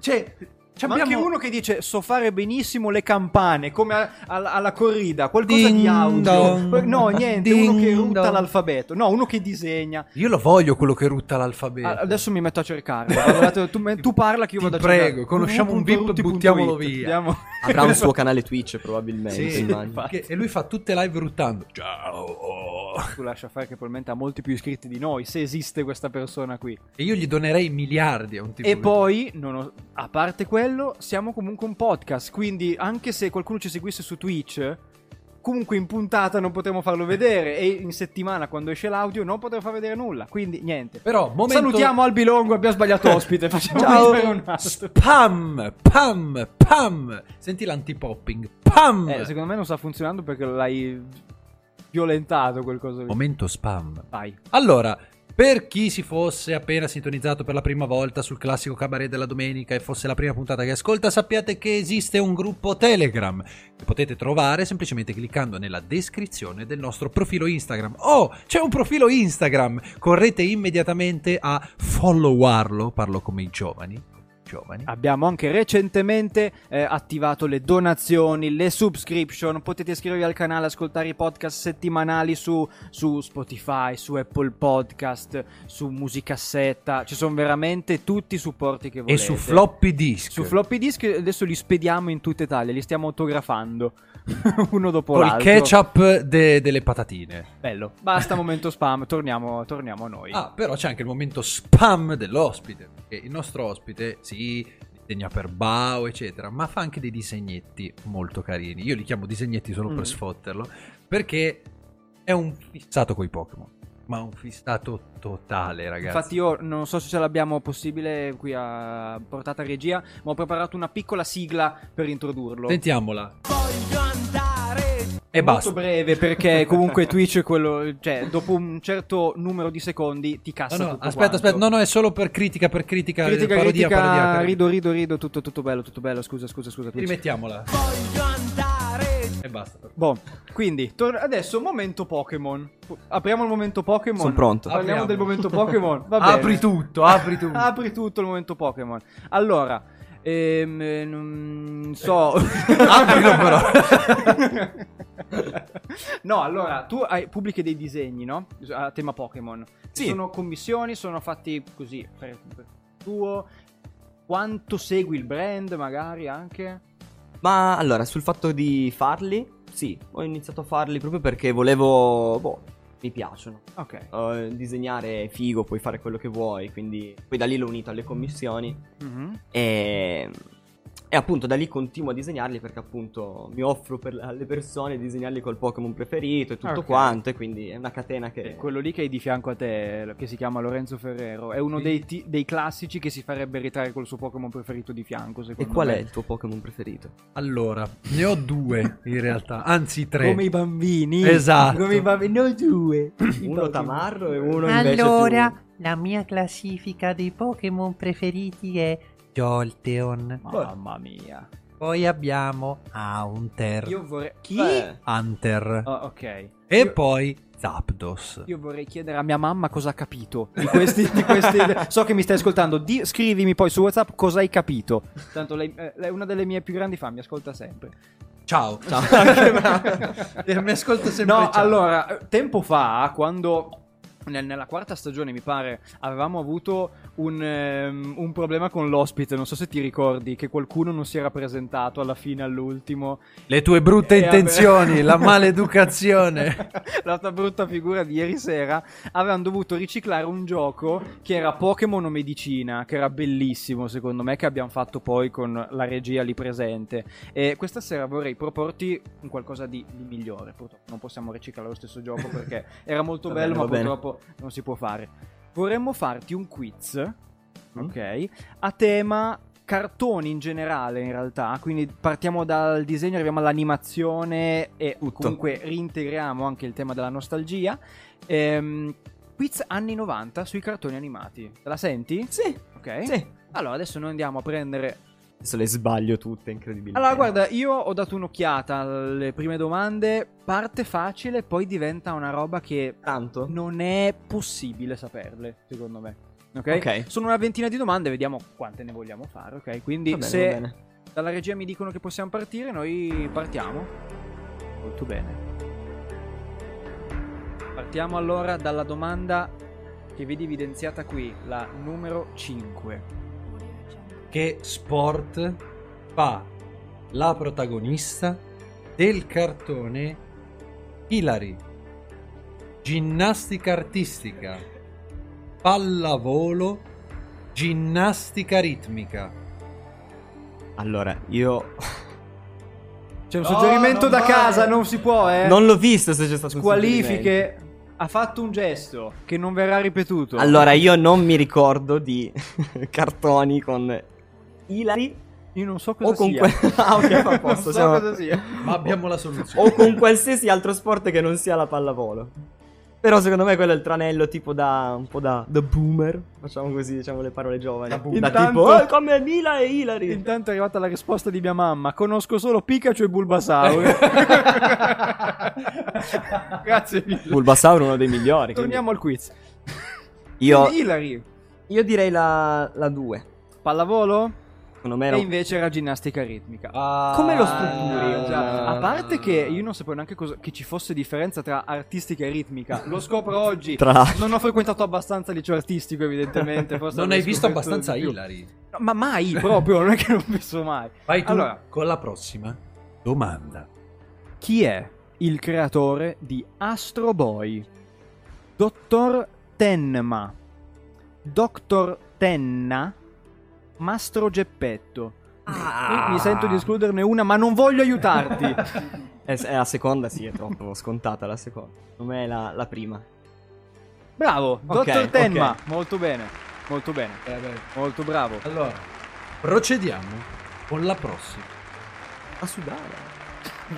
Speaker 3: Cioè, ci
Speaker 2: Ma anche
Speaker 3: abbiamo
Speaker 2: uno che dice so fare benissimo le campane, come a- alla- alla corrida, qualcosa
Speaker 3: Ding
Speaker 2: di audio.
Speaker 3: dong.
Speaker 2: No, niente, uno che
Speaker 3: Ding
Speaker 2: ruta
Speaker 3: dong.
Speaker 2: l'alfabeto. No, uno che disegna.
Speaker 3: Io lo voglio quello che rutta l'alfabeto.
Speaker 2: Ah, Adesso mi metto a cercare. Allora, tu, tu me- tu parla che io
Speaker 3: Ti
Speaker 2: vado a
Speaker 3: prego,
Speaker 2: cercare.
Speaker 3: conosciamo un bip,
Speaker 2: www.rutti.it.
Speaker 3: buttiamolo via.
Speaker 2: Vediamo-
Speaker 4: avrà un suo canale Twitch probabilmente.
Speaker 3: Sì,
Speaker 4: immagino.
Speaker 3: che- e lui fa tutte live ruttando. Ciao! oh,
Speaker 2: Tu lascia fare che probabilmente ha molti più iscritti di noi, se esiste questa persona qui.
Speaker 3: E io gli donerei miliardi a un tipo
Speaker 2: E
Speaker 3: così.
Speaker 2: poi, non ho- a parte quello, siamo comunque un podcast, quindi anche se qualcuno ci seguisse su Twitch, comunque in puntata non potremo farlo vedere e in settimana quando esce l'audio non potremo far vedere nulla, quindi niente.
Speaker 3: Però, momento...
Speaker 2: Salutiamo Albilongo, abbiamo sbagliato ospite, facciamo
Speaker 3: Ciao.
Speaker 2: vedere un altro.
Speaker 3: Pam, pam, pam. Senti l'antipopping. Pam.
Speaker 2: Eh, secondo me non sta funzionando perché l'hai violentato qualcosa lì.
Speaker 3: Momento spam.
Speaker 2: Vai.
Speaker 3: Allora, per chi si fosse appena sintonizzato per la prima volta sul classico cabaret della domenica e fosse la prima puntata che ascolta, sappiate che esiste un gruppo Telegram che potete trovare semplicemente cliccando nella descrizione del nostro profilo Instagram. Oh, c'è un profilo Instagram! Correte immediatamente a followarlo, parlo come i giovani.
Speaker 6: giovani.
Speaker 2: Abbiamo anche recentemente eh, attivato le donazioni, le subscription. Potete iscrivervi al canale, ascoltare i podcast settimanali su, su Spotify, su Apple Podcast, su Musicassetta. Ci sono veramente tutti i supporti che
Speaker 6: e
Speaker 2: volete.
Speaker 6: su floppy disk.
Speaker 2: Su floppy disk adesso li spediamo in tutta Italia, li stiamo autografando uno dopo
Speaker 3: Col
Speaker 2: l'altro.
Speaker 3: ketchup de- delle patatine.
Speaker 2: Bello. Basta momento spam, torniamo, torniamo a noi.
Speaker 3: Ah, però c'è anche il momento spam dell'ospite. Perché il nostro ospite, sì, disegna per Bao, eccetera, ma fa anche dei disegnetti molto carini. Io li chiamo disegnetti solo
Speaker 2: Mm.
Speaker 3: per sfotterlo, perché è un fissato coi Pokémon. Ma un fissato totale, ragazzi.
Speaker 2: Infatti io non so se ce l'abbiamo possibile qui a portata regia, ma ho preparato una piccola sigla per introdurlo.
Speaker 3: Sentiamola. E basta.
Speaker 2: Molto breve perché comunque Twitch è quello, cioè dopo un certo numero di secondi ti
Speaker 3: No,
Speaker 2: cassa
Speaker 3: no,
Speaker 2: tutto
Speaker 3: aspetta,
Speaker 2: quanto.
Speaker 3: aspetta. No, no, è solo per critica, per critica.
Speaker 2: Critica,
Speaker 3: parodia,
Speaker 2: critica,
Speaker 3: parodia, parodia.
Speaker 2: rido, rido, rido, tutto, tutto bello, tutto bello, scusa, scusa, scusa. Twitch.
Speaker 3: Rimettiamola. E basta.
Speaker 2: Boh, quindi tor- adesso momento Pokémon. Po- Apriamo il momento Pokémon.
Speaker 4: Sono pronto.
Speaker 2: Parliamo
Speaker 3: Apriamo.
Speaker 2: del momento Pokémon. Va bene.
Speaker 6: Apri tutto, apri tutto.
Speaker 2: Apri tutto il momento Pokémon. Allora, ehm, eh, non so.
Speaker 3: Aprilo però.
Speaker 2: no, allora, tu hai, pubblichi dei disegni, no? A tema Pokémon. Ci
Speaker 6: Sì.
Speaker 2: Sono commissioni, sono fatti così per, per tuo. Quanto segui il brand, magari anche?
Speaker 4: Ma allora, sul fatto di farli, sì, ho iniziato a farli proprio perché volevo. Boh, mi piacciono.
Speaker 2: Ok.
Speaker 4: Eh, disegnare è figo, puoi fare quello che vuoi, quindi poi da lì l'ho unito alle commissioni
Speaker 2: Mhm.
Speaker 4: e, e appunto da lì continuo a disegnarli perché appunto mi offro per- alle persone di disegnarli col Pokémon preferito e tutto
Speaker 2: Ok.
Speaker 4: quanto e quindi è una catena che...
Speaker 2: E quello lì che hai di fianco a te, eh, che si chiama Lorenzo Ferrero, è uno
Speaker 4: Sì.
Speaker 2: dei, ti- dei classici che si farebbe ritrarre col suo Pokémon preferito di fianco,
Speaker 4: E
Speaker 2: secondo
Speaker 4: qual
Speaker 2: me.
Speaker 4: è il tuo Pokémon preferito?
Speaker 3: Allora, ne ho due in realtà, anzi tre.
Speaker 2: Come i bambini.
Speaker 3: Esatto.
Speaker 2: Come i bambini. No, due.
Speaker 4: Uno tamarro e uno invece
Speaker 7: Allora,
Speaker 4: più-
Speaker 7: la mia classifica dei Pokémon preferiti è Jolteon.
Speaker 2: Mamma mia.
Speaker 7: Poi abbiamo
Speaker 3: Haunter,
Speaker 2: Io vorrei... Chi?
Speaker 4: Beh,
Speaker 3: Hunter
Speaker 2: Ah, ok.
Speaker 3: e
Speaker 2: Io-
Speaker 3: poi Zapdos.
Speaker 2: Io vorrei chiedere a mia mamma cosa ha capito di questi. di questi- so che mi stai ascoltando. Di- scrivimi poi su WhatsApp cosa hai capito. Tanto lei, eh, lei è una delle mie più grandi fan, mi ascolta sempre.
Speaker 3: Ciao. Eh, mi ascolta sempre.
Speaker 2: No,
Speaker 3: ciao.
Speaker 2: allora, eh, tempo fa, quando nel- nella quarta stagione, mi pare, avevamo avuto un, ehm, un problema con l'ospite, non so se ti ricordi, che qualcuno non si era presentato alla fine, all'ultimo.
Speaker 3: le tue brutte
Speaker 2: Eh, vabbè.
Speaker 3: intenzioni, la maleducazione.
Speaker 2: la tua brutta figura di ieri sera, avevano dovuto riciclare un gioco che era Pokémon o Medicina, che era bellissimo secondo me, che abbiamo fatto poi con la regia lì presente. E questa sera vorrei proporti un qualcosa di, di migliore, purtroppo non possiamo riciclare lo stesso gioco perché era molto
Speaker 4: Va
Speaker 2: bello,
Speaker 4: bene,
Speaker 2: ma
Speaker 4: va bene.
Speaker 2: purtroppo non si può fare. Vorremmo farti un quiz,
Speaker 4: Mm?
Speaker 2: ok, a tema cartoni in generale in realtà, quindi partiamo dal disegno, arriviamo all'animazione e comunque reintegriamo anche il tema della nostalgia. Ehm, quiz anni 90 sui cartoni animati. Te la senti?
Speaker 4: Sì,
Speaker 2: Ok.
Speaker 4: sì.
Speaker 2: Allora, adesso noi andiamo a prendere
Speaker 4: Adesso le sbaglio tutte, incredibile.
Speaker 2: allora, guarda, io ho dato un'occhiata alle prime domande. Parte facile, poi diventa una roba che
Speaker 4: Tanto?
Speaker 2: non è possibile saperle, secondo me. Ok?
Speaker 4: Ok.
Speaker 2: Sono una ventina di domande, vediamo quante ne vogliamo fare, ok? Quindi
Speaker 4: Va bene,
Speaker 2: se
Speaker 4: va bene.
Speaker 2: dalla regia mi dicono che possiamo partire, noi partiamo. Molto bene. Partiamo allora dalla domanda che vedi evidenziata qui, la numero 5.
Speaker 3: che sport fa la protagonista del cartone Hilary? Ginnastica artistica, pallavolo, ginnastica ritmica.
Speaker 4: Allora, io
Speaker 2: C'è un
Speaker 3: No,
Speaker 2: suggerimento
Speaker 3: non
Speaker 2: da
Speaker 3: vale.
Speaker 2: casa, non si può, eh.
Speaker 4: non l'ho visto se c'è stato un suggerimento.
Speaker 2: Qualifiche. Ha fatto un gesto che non verrà ripetuto.
Speaker 4: Allora, io non mi ricordo di cartoni con Ilari
Speaker 2: io non so cosa
Speaker 4: o con
Speaker 2: sia.
Speaker 4: que- Ah, ok, a
Speaker 2: non
Speaker 4: posto,
Speaker 2: so
Speaker 4: siamo-
Speaker 2: cosa sia.
Speaker 3: Ma abbiamo la soluzione.
Speaker 4: o con qualsiasi altro sport che non sia la pallavolo. Però secondo me quello è il tranello tipo da un po' da, da boomer, facciamo così, diciamo le parole giovani. Da,
Speaker 3: boomer.
Speaker 4: tipo
Speaker 2: Intanto-
Speaker 4: "Eh, come Mila e Ilari.
Speaker 2: Intanto è arrivata la risposta di mia mamma. Conosco solo Pikachu e Bulbasaur. Grazie mille.
Speaker 4: Bulbasaur è uno dei migliori. quindi-
Speaker 2: Torniamo al quiz.
Speaker 4: Io,
Speaker 2: Hilary,
Speaker 4: io direi la 2.
Speaker 2: pallavolo?
Speaker 4: Secondo me era
Speaker 2: E
Speaker 4: un-
Speaker 2: invece era ginnastica ritmica.
Speaker 4: Ah. Come lo strutturi?
Speaker 2: Ah, già.
Speaker 4: Una-
Speaker 2: A parte che io non sapevo neanche cosa- che ci fosse differenza tra artistica e ritmica. Lo scopro oggi.
Speaker 4: Tra...
Speaker 2: Non ho frequentato abbastanza liceo artistico, evidentemente. Forse
Speaker 3: Non
Speaker 2: avrei
Speaker 3: hai visto
Speaker 2: scoperto
Speaker 3: abbastanza
Speaker 2: di più.
Speaker 3: Ilari.
Speaker 2: No, ma mai proprio, non è che non penso mai.
Speaker 3: Vai tu
Speaker 2: Allora.
Speaker 3: con la prossima domanda.
Speaker 2: Chi è il creatore di Astro Boy? Dottor Tenma, Dottor Tenna, Mastro Geppetto.
Speaker 4: Ah.
Speaker 2: Mi sento di escluderne una, ma non voglio aiutarti.
Speaker 4: Eh, se- eh, la seconda sì, è troppo scontata la seconda. Secondo me è la, la prima.
Speaker 2: Bravo,
Speaker 4: Ok,
Speaker 2: Dottor Tenma.
Speaker 4: ok.
Speaker 2: Molto bene, molto bene,
Speaker 3: Eh, beh.
Speaker 2: molto bravo.
Speaker 3: Allora, procediamo con la prossima.
Speaker 4: A sudare.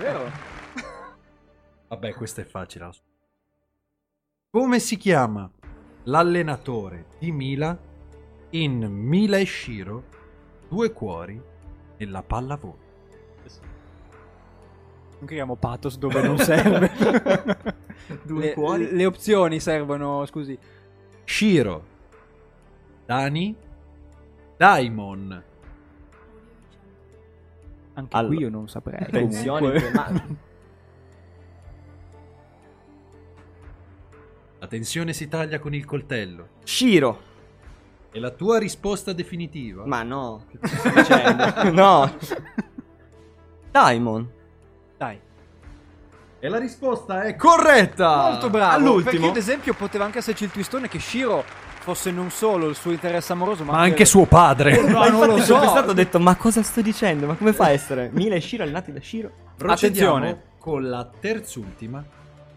Speaker 2: Vero?
Speaker 3: Vabbè, questa è facile. la so. Come si chiama l'allenatore di Mila in Mila e Shiro, due cuori e la pallavolo?
Speaker 2: Non creiamo pathos dove non serve.
Speaker 4: Due
Speaker 2: le,
Speaker 4: cuori.
Speaker 2: le opzioni servono, scusi.
Speaker 3: Shiro, Dani, Daimon.
Speaker 2: Anche
Speaker 4: Allora.
Speaker 2: qui io non saprei.
Speaker 4: Attenzione,
Speaker 2: comunque.
Speaker 4: ma-
Speaker 3: La tensione si taglia con il coltello.
Speaker 4: Shiro.
Speaker 3: E la tua risposta definitiva?
Speaker 4: Ma no, che cosa stai dicendo? no. Daimon.
Speaker 2: Dai.
Speaker 3: E la risposta è corretta!
Speaker 2: Molto bravo. Perché
Speaker 3: All'ultimo.
Speaker 2: ad esempio poteva anche esserci il twistone che Shiro fosse non solo il suo interesse amoroso, ma,
Speaker 3: Ma anche suo padre.
Speaker 2: No, non lo so.
Speaker 4: Sono stato detto, ma cosa sto dicendo? Ma come fa a essere? Mila e Shiro allenati da Shiro?
Speaker 3: Procediamo
Speaker 2: Attenzione.
Speaker 3: con la terzultima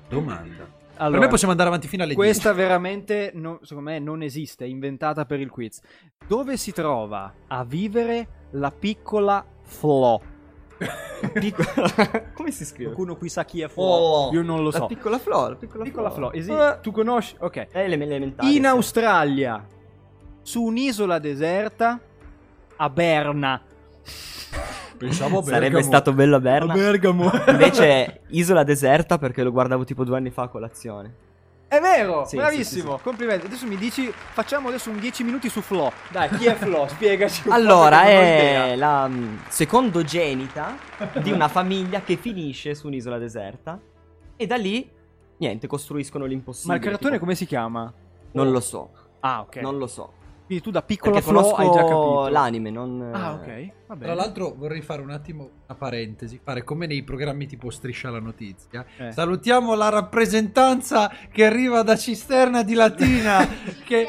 Speaker 3: domanda. per
Speaker 2: Allora,
Speaker 3: noi possiamo andare avanti fino alle
Speaker 2: Questa veramente, no- secondo me, non esiste, è inventata per il quiz. Dove si trova a vivere la piccola Flo?
Speaker 4: Piccola- come si scrive?
Speaker 2: Qualcuno qui sa chi è Flo?
Speaker 4: Oh,
Speaker 2: Io non lo
Speaker 4: La
Speaker 2: so.
Speaker 4: piccola Flo, la piccola,
Speaker 2: Piccola Flo, esi-
Speaker 4: Eh,
Speaker 2: tu conosci? Ok.
Speaker 4: È l'ele- elementare.
Speaker 2: In
Speaker 4: sì.
Speaker 2: Australia, su un'isola deserta, a Berna.
Speaker 3: Pensavo
Speaker 4: Sarebbe stato bello a Berna.
Speaker 2: Bergamo.
Speaker 4: Invece è isola deserta perché lo guardavo tipo due anni fa a colazione.
Speaker 2: È vero,
Speaker 4: Sì,
Speaker 2: bravissimo,
Speaker 4: sì,
Speaker 2: complimenti. Adesso mi dici, facciamo adesso un 10 minuti su Flo. Dai, chi è Flo? Spiegaci. un po',
Speaker 4: Allora,
Speaker 2: perché non ho
Speaker 4: è
Speaker 2: idea.
Speaker 4: la mm, secondogenita di una famiglia che finisce su un'isola deserta e da lì, niente, costruiscono l'impossibile.
Speaker 2: Ma il cartone
Speaker 4: tipo-
Speaker 2: come si chiama?
Speaker 4: Non lo so,
Speaker 2: Ah, ok.
Speaker 4: non lo so.
Speaker 2: Quindi tu da piccola
Speaker 4: Perché
Speaker 2: Flo hai già
Speaker 4: conosco
Speaker 2: capito.
Speaker 4: l'anime, non...
Speaker 2: Ah, ok. Va bene.
Speaker 3: Tra l'altro vorrei fare un attimo una parentesi, fare come nei programmi tipo Striscia la notizia.
Speaker 2: Eh.
Speaker 3: Salutiamo la rappresentanza che arriva da Cisterna di Latina, che,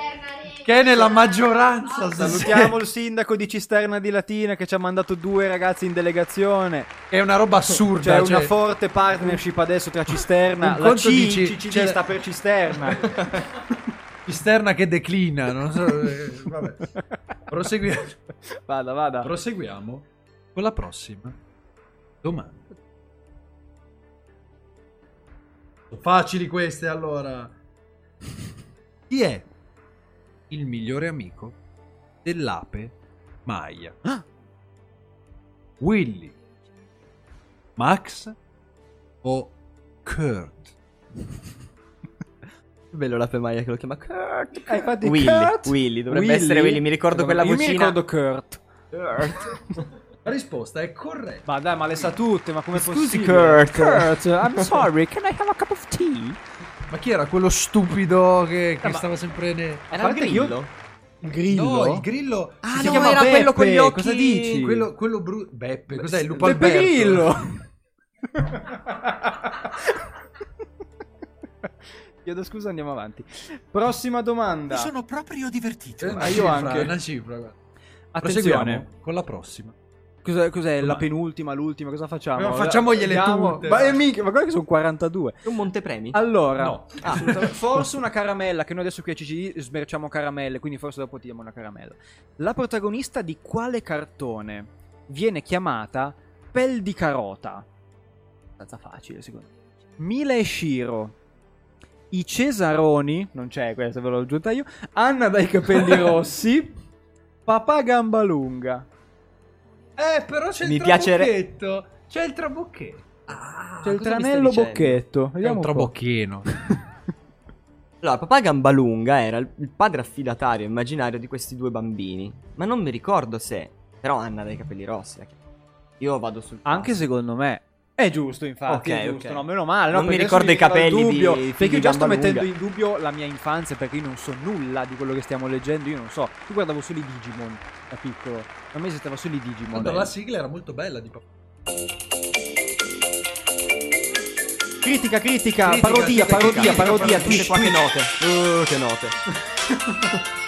Speaker 3: che è nella maggioranza.
Speaker 2: Salutiamo il sindaco di Cisterna di Latina che ci ha mandato due ragazzi in delegazione.
Speaker 3: È una roba assurda.
Speaker 2: C'è
Speaker 3: cioè-
Speaker 2: una forte partnership adesso tra Cisterna.
Speaker 3: Un
Speaker 2: La C,
Speaker 3: conto dici-
Speaker 2: CCC
Speaker 3: c'è-
Speaker 2: sta per
Speaker 3: Eh,
Speaker 2: Cisterna.
Speaker 3: Cisterna che declina, non so, eh, vabbè. Proseguiamo.
Speaker 2: Vada, vada.
Speaker 3: Proseguiamo con la prossima domanda. Sono facili queste allora. Chi è il migliore amico dell'ape Maya? Ah! Willy, Max o Kurt?
Speaker 4: Bello la femaia che lo chiama Kurt.
Speaker 2: Eh, infatti,
Speaker 4: Ah, Willy,
Speaker 2: Kurt-
Speaker 4: Willy, dovrebbe essere Willy, mi ricordo quella
Speaker 2: Io
Speaker 4: vocina.
Speaker 2: mi ricordo Kurt.
Speaker 3: La risposta è corretta.
Speaker 2: Ma dai, ma le sa tutte, ma come
Speaker 4: Scusi,
Speaker 2: possibile?
Speaker 4: Kurt.
Speaker 2: I'm sorry, can I have a cup of tea?
Speaker 3: Ma chi era quello stupido che, che
Speaker 2: Eh, ma-
Speaker 3: stava sempre ne...
Speaker 4: Era
Speaker 2: Guarda che io-
Speaker 4: Grillo?
Speaker 2: Il grillo?
Speaker 3: No, il grillo
Speaker 4: Ah,
Speaker 3: si
Speaker 4: no,
Speaker 3: chiama
Speaker 4: era
Speaker 3: Beppe.
Speaker 4: quello con gli occhi.
Speaker 3: Cosa dici?
Speaker 4: Sì.
Speaker 3: Quello, quello bru... Beppe, cos'è? Il lupo
Speaker 2: Beppe
Speaker 3: Alberto?
Speaker 2: Grillo. Chiedo scusa, andiamo avanti. Prossima domanda.
Speaker 1: Mi sono proprio divertito.
Speaker 2: Ma
Speaker 3: Eh, una
Speaker 2: Ah, io
Speaker 3: cifra,
Speaker 2: anche.
Speaker 3: Una cifra, guarda.
Speaker 2: Attenzione.
Speaker 3: Proseguiamo con la prossima.
Speaker 2: Cos'è, cos'è la
Speaker 3: Domanda.
Speaker 2: penultima, l'ultima? Cosa facciamo?
Speaker 3: Ma facciamogliele
Speaker 2: Andiamo-
Speaker 3: tutte,
Speaker 2: Ma,
Speaker 3: dai.
Speaker 2: eh, mica, ma guarda che sono 42.
Speaker 4: È un montepremi?
Speaker 2: Allora,
Speaker 3: No.
Speaker 2: Ah, assolutamente. forse una caramella, che noi adesso qui a CGI smerciamo caramelle, quindi forse dopo ti diamo una caramella. La protagonista di quale cartone viene chiamata Pel di Carota? Abbastanza facile, secondo me. Mila e Shiro. I Cesaroni, non c'è questa, ve l'ho aggiunta io. Anna dai capelli rossi. Papà gamba lunga.
Speaker 3: Eh, però c'è
Speaker 4: Mi
Speaker 3: il
Speaker 4: piacere-
Speaker 3: trabocchetto. C'è il trabocchetto.
Speaker 2: C'è il
Speaker 4: Ah, cosa mi stai
Speaker 2: tranello
Speaker 4: dicendo?
Speaker 2: bocchetto.
Speaker 3: È
Speaker 2: Vediamo
Speaker 3: un
Speaker 2: po'.
Speaker 3: trabocchino.
Speaker 4: Allora, papà Gambalunga era il il padre affidatario immaginario di questi due bambini, ma non mi ricordo se Però Anna dai capelli rossi. ragazzi. Io vado sul...
Speaker 2: Anche secondo me. È giusto, infatti.
Speaker 4: Ok,
Speaker 2: è giusto,
Speaker 4: ok.
Speaker 2: no, meno male. No,
Speaker 4: Non mi
Speaker 2: perché
Speaker 4: ricordo
Speaker 2: adesso
Speaker 4: i
Speaker 2: mi
Speaker 4: capelli
Speaker 2: viene dal
Speaker 4: di-
Speaker 2: Perché
Speaker 4: di
Speaker 2: io già sto
Speaker 4: gamba lunga.
Speaker 2: mettendo in dubbio la mia infanzia, perché io non so nulla di quello che stiamo leggendo. Io non so. Io guardavo solo i Digimon da piccolo. A me esisteva solo i Digimon.
Speaker 3: Tanto la sigla era molto bella di Paolo.
Speaker 2: Critica, critica,
Speaker 3: Critica,
Speaker 2: parodia,
Speaker 3: critica,
Speaker 2: parodia, parodia,
Speaker 3: critica, parodia,
Speaker 2: twist,
Speaker 4: qua che
Speaker 2: twist.
Speaker 4: note. Uh, che note.